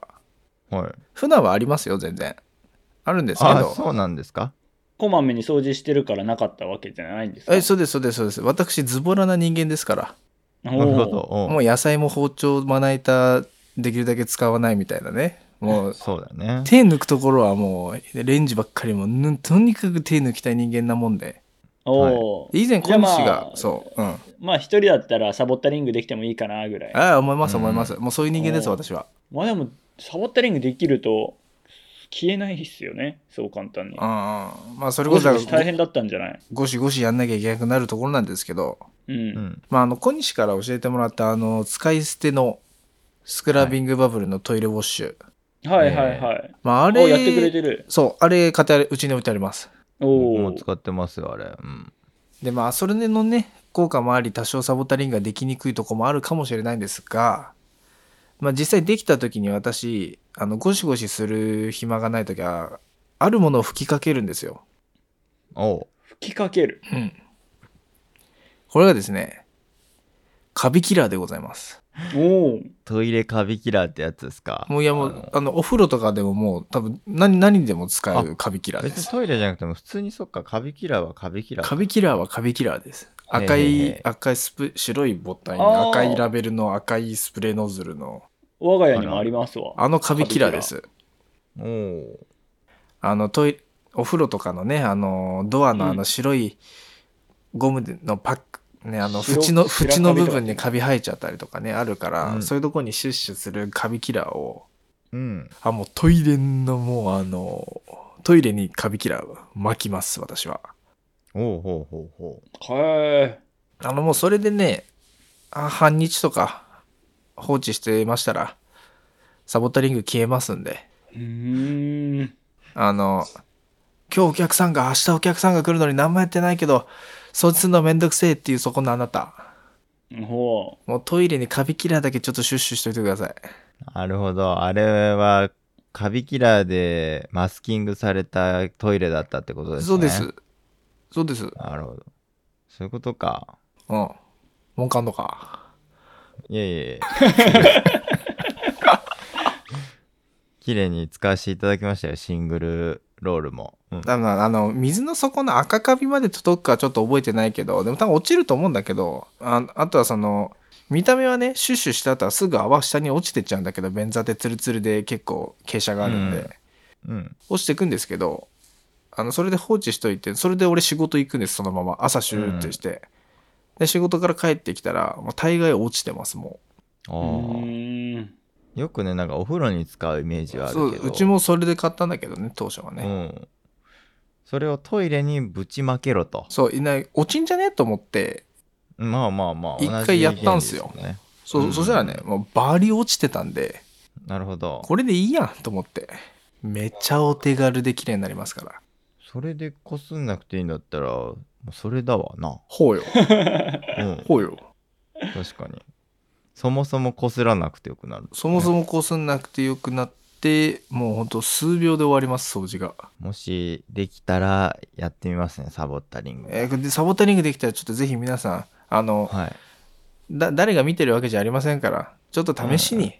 Speaker 2: はい。
Speaker 4: 普段はありますよ、全然。あるんですけ
Speaker 2: あ、
Speaker 4: ど。
Speaker 2: そうなんですか
Speaker 3: こまめに掃除してるからなかったわけじゃないんですか
Speaker 4: えそうです、そうです、そうです。私、ズボラな人間ですから。
Speaker 3: お
Speaker 2: なるほど
Speaker 3: ー。
Speaker 2: うん
Speaker 4: もう野菜も包丁まな板できるだけ使わないみたいなねも う
Speaker 2: そうだね。
Speaker 4: 手抜くところはもうレンジばっかりもうぬとにかく手抜きたい人間なもんで
Speaker 3: おー
Speaker 4: 以前
Speaker 3: じ
Speaker 4: 小
Speaker 3: ゃあ
Speaker 4: 西
Speaker 3: まあ
Speaker 4: がそううん
Speaker 3: まあ一人だったらサボったリングできてもいいかなぐらい。
Speaker 4: ああ思います
Speaker 2: うん
Speaker 4: 思います、もうそういう人間です
Speaker 3: おう
Speaker 4: 私は
Speaker 3: まあでも、サボったリングできると消えないっすよね。そう簡単に
Speaker 4: うん。うんまあそれこ
Speaker 3: ゴシ
Speaker 4: そ
Speaker 3: ゴシ大変だったんじゃない
Speaker 4: ゴシゴシやんなきゃいけなくなるところなんですけど
Speaker 3: う。
Speaker 2: うんん。
Speaker 4: まああの小西から教えてもらったあの使い捨てのスクラビングバブルのトイレウォッシュ、
Speaker 3: はいはいはい。
Speaker 4: まああ
Speaker 3: あ
Speaker 4: れ
Speaker 3: やってくれてる。
Speaker 4: そうあれ家庭うちに置いてあります
Speaker 3: お
Speaker 2: も
Speaker 3: お
Speaker 2: う。使ってますよ、あれ。うん。
Speaker 4: でまあそれのね効果もあり多少サボタリングができにくいとこもあるかもしれないんですが、まあ、実際できた時に私あのゴシゴシする暇がない時はあるものを吹きかけるんですよ。
Speaker 2: おう。
Speaker 3: 吹きかける。
Speaker 4: うん、これがですねカビキラーでございます。
Speaker 3: おお。
Speaker 2: トイレカビキラーってやつですか
Speaker 4: もういやも
Speaker 2: あ
Speaker 4: う
Speaker 2: の
Speaker 4: あのお風呂とかでももう多分何何でも使うカビキラーで
Speaker 2: 別に
Speaker 4: す。
Speaker 2: トイレじゃなくても普通にそっか、カビキラーはカビキラー。
Speaker 4: カビキラーはカビキラーです。赤
Speaker 2: へーへー
Speaker 4: い、
Speaker 2: へー
Speaker 4: 赤いスプ、白いボタンに
Speaker 3: あー
Speaker 4: 赤いラベルの赤いスプレーノズルの
Speaker 3: 我が家にもありますわ。
Speaker 4: あのカビキラーです。
Speaker 2: おう
Speaker 4: あのトイレ、お風呂とかのね、あの、ドアのあ
Speaker 3: う
Speaker 4: の白いゴムでのパック、ね、あの、
Speaker 3: 白
Speaker 4: 縁の、
Speaker 3: 白カビ
Speaker 4: 縁の部
Speaker 3: とか
Speaker 4: 分にカビ生えちゃったりとかね、あるから、
Speaker 2: うん
Speaker 4: そういうとこにシュッシュするカビキラーを、
Speaker 2: うん。
Speaker 4: あ、もうトイレのもうあの、トイレにカビキラーを巻きます、私は。
Speaker 2: おうほうほうほう。
Speaker 3: へえ。
Speaker 4: あの、もうそれでね、あ半日とか放置してましたら、サボタリング消えますんで。
Speaker 3: うーん。
Speaker 4: あの、今日お客さんが、明日お客さんが来るのに何もやってないけど、掃除するのめんどくせえっていうそこのあなた。
Speaker 3: ほ
Speaker 4: もうトイレにカビキラーだけちょっとシュッシュしといてください。
Speaker 2: なるほど。あれは、カビキラーでマスキングされたトイレだったってことですね。
Speaker 4: そうです。。そうです。うん。
Speaker 2: なるほど。そういうことか。
Speaker 4: 文句あんのか。
Speaker 2: いえい え。綺麗に使わせていただきましたよ、シングルロールも。うん
Speaker 4: 多分あの水の底の赤カビまで届くかはちょっと覚えてないけどでも多分落ちると思うんだけどああとはその見た目はねシュッシュした後はすぐ泡下に落ちてっちゃうんだけど便座でツルツルで結構傾斜があるんで、
Speaker 2: うんうん。
Speaker 4: 落ちていくんですけどあのそれで放置しといてそれで俺仕事行くんですそのまま朝シューってして、で仕事から帰ってきたらもう大概落ちてますも
Speaker 2: あ
Speaker 3: う
Speaker 2: ー
Speaker 3: ーん
Speaker 2: よくね、なんかお風呂に使うイメージ
Speaker 4: う
Speaker 2: はある
Speaker 4: そ
Speaker 2: けど。
Speaker 4: ううちもそれで買ったんだけどね当初はね、
Speaker 2: うん。それをトイレにぶちまけろと。
Speaker 4: そういない落ちんじゃねと思って
Speaker 2: まあまあまあ。
Speaker 4: 一回やったんす
Speaker 2: 同
Speaker 4: よ
Speaker 2: じ原理でね
Speaker 4: そう、
Speaker 2: うん
Speaker 4: そしたらねもうバリ落ちてたんで
Speaker 2: なるほど。
Speaker 4: これでいいやんと思ってめっちゃお手軽で綺麗になりますから
Speaker 2: それでこすんなくていいんだったら、もうそれだわな。
Speaker 4: ほ うよ
Speaker 2: うん。
Speaker 4: ほうよ
Speaker 2: 確かに。そもそもこすらなくてよくなる。
Speaker 4: そもそもこすんなくてよくなってもうほんと数秒で終わります掃除が
Speaker 2: もしできたらやってみますね、サボったリング。
Speaker 4: えーでサボテンリングできたらちょっとぜひ皆さんあの、
Speaker 2: はい。
Speaker 4: だ誰が見てるわけじゃありませんからちょっと試しに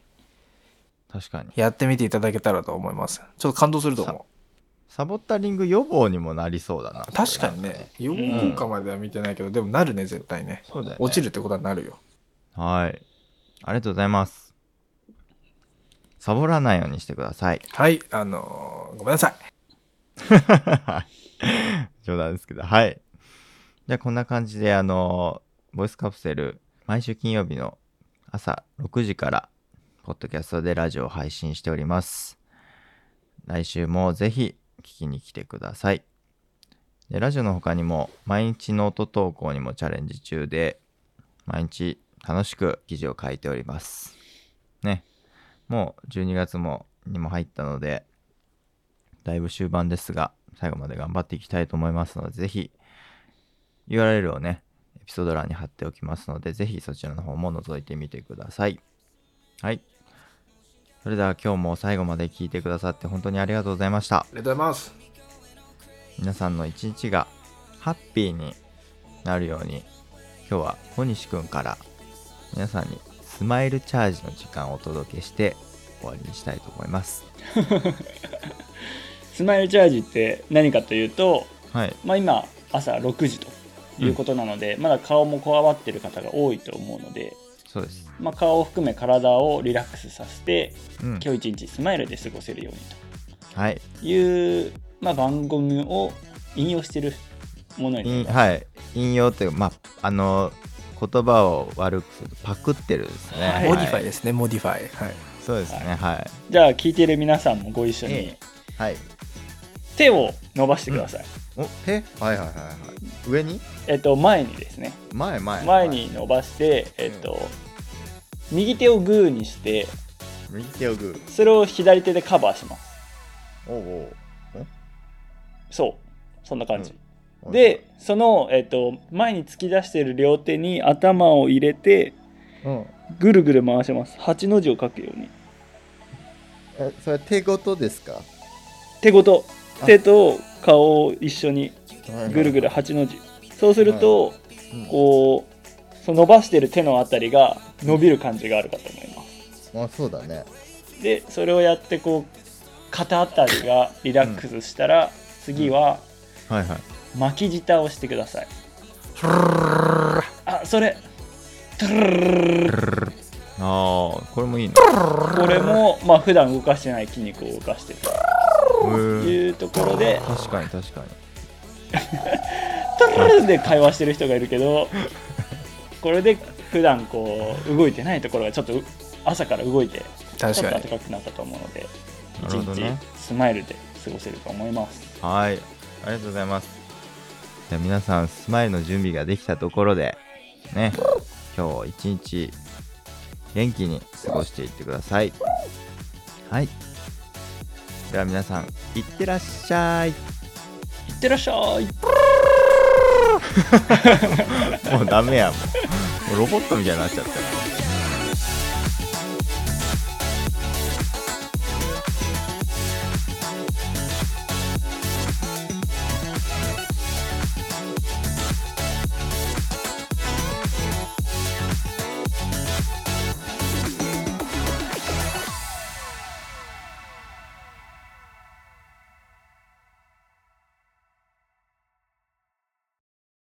Speaker 2: 確かに。
Speaker 4: やってみていただけたらと思いますちょっと感動すると思
Speaker 2: サボったリング予防にもなりそうだな。
Speaker 4: う確かにね予防効果までは見てないけど、でもなるね絶対ね
Speaker 2: そうだよね
Speaker 4: 落ちるってことはなるよ
Speaker 2: はい。ありがとうございます。サボらないようにしてください。
Speaker 4: はいあのーごめんなさい
Speaker 2: 冗談ですけど。はい。じゃあこんな感じで、あの、ボイスカプセル、毎週金曜日の朝6時から、ポッドキャストでラジオを配信しております。来週もぜひ聞きに来てください。でラジオの他にも、毎日ノート投稿にもチャレンジ中で、毎日楽しく記事を書いております。ね。もう12月もにも入ったので、だいぶ終盤ですが、最後まで頑張っていきたいと思いますので、ぜひ URL をね、エピソード欄に貼っておきますので、ぜひそちらの方も覗いてみてください。はい。それでは今日も最後まで聞いてくださって本当にありがとうございました
Speaker 4: あ。りがとうございます
Speaker 2: 皆さんの一日がハッピーになるように今日は小西くんから皆さんにスマイルチャージの時間をお届けして終わりにしたいと思います
Speaker 3: スマイルチャージって何かというと、
Speaker 2: はい
Speaker 3: まあ、今朝6時ということなので、まだ顔もこわばってる方が多いと思うので、
Speaker 2: そうです、
Speaker 3: まあ、顔を含め体をリラックスさせて
Speaker 2: うん、
Speaker 3: 今日一日スマイルで過ごせるように
Speaker 2: はい
Speaker 3: という、まあ、番組を引用してるものになり
Speaker 2: 引
Speaker 3: ます
Speaker 2: はい引用というかまああの言葉を悪くするとパクってるですね、
Speaker 3: はい
Speaker 4: モディファイ
Speaker 2: で
Speaker 4: ですねモディファイはい
Speaker 2: すそうですねはい
Speaker 3: じゃあ聞いてる皆さんもご一緒に
Speaker 2: ええはい
Speaker 3: 手を伸ばしてください、
Speaker 2: お手はいはいはいはい上に
Speaker 3: えっと前にですね
Speaker 2: 前前
Speaker 3: 前に伸ばして、えっと右手をグーにして
Speaker 2: 右手をグー
Speaker 3: それを左手でカバーします
Speaker 2: おう
Speaker 3: そうそんな感じ、
Speaker 2: おう
Speaker 3: でその、えっと前に突き出している両手に頭を入れて
Speaker 2: うん
Speaker 3: ぐるぐる回します8の字を書くように
Speaker 2: えそれ手ごとですか
Speaker 3: 手ごと
Speaker 2: あ
Speaker 3: 手と顔を一緒にぐるぐる
Speaker 2: は
Speaker 3: 8の字そうすると、
Speaker 2: いはい
Speaker 3: こうその伸ばしてる手のあたりが伸びる感じがあるかと思います
Speaker 2: うんあそうだね
Speaker 3: でそれをやってこう肩あたりがリラックスしたら、次は
Speaker 2: はいはい
Speaker 3: 巻き舌をしてくださいあそ
Speaker 2: あ
Speaker 3: れ
Speaker 2: あこれ もいいの
Speaker 3: これもまあ普段動かしてない筋肉を動かしてると
Speaker 2: へえ
Speaker 3: いうところで
Speaker 2: 確かに確かに
Speaker 3: トゥルルで会話してる人がいる けどこれで普段こう動いてないところがちょっとう朝から動いてち
Speaker 4: 確
Speaker 3: ょっ
Speaker 4: か
Speaker 3: と
Speaker 4: に
Speaker 3: 暖かくなったと思うので
Speaker 2: な
Speaker 3: 一
Speaker 2: るほど
Speaker 3: 日
Speaker 2: ね
Speaker 3: スマイルで過ごせると思います
Speaker 2: はいありがとうございますじゃあ皆さんスマイルの準備ができたところでね今日一日元気に過ごしていってくださいはいでは皆さんいってらっしゃい
Speaker 3: いってらっしゃい
Speaker 2: もうダメやもうロボットみたいになっちゃったよ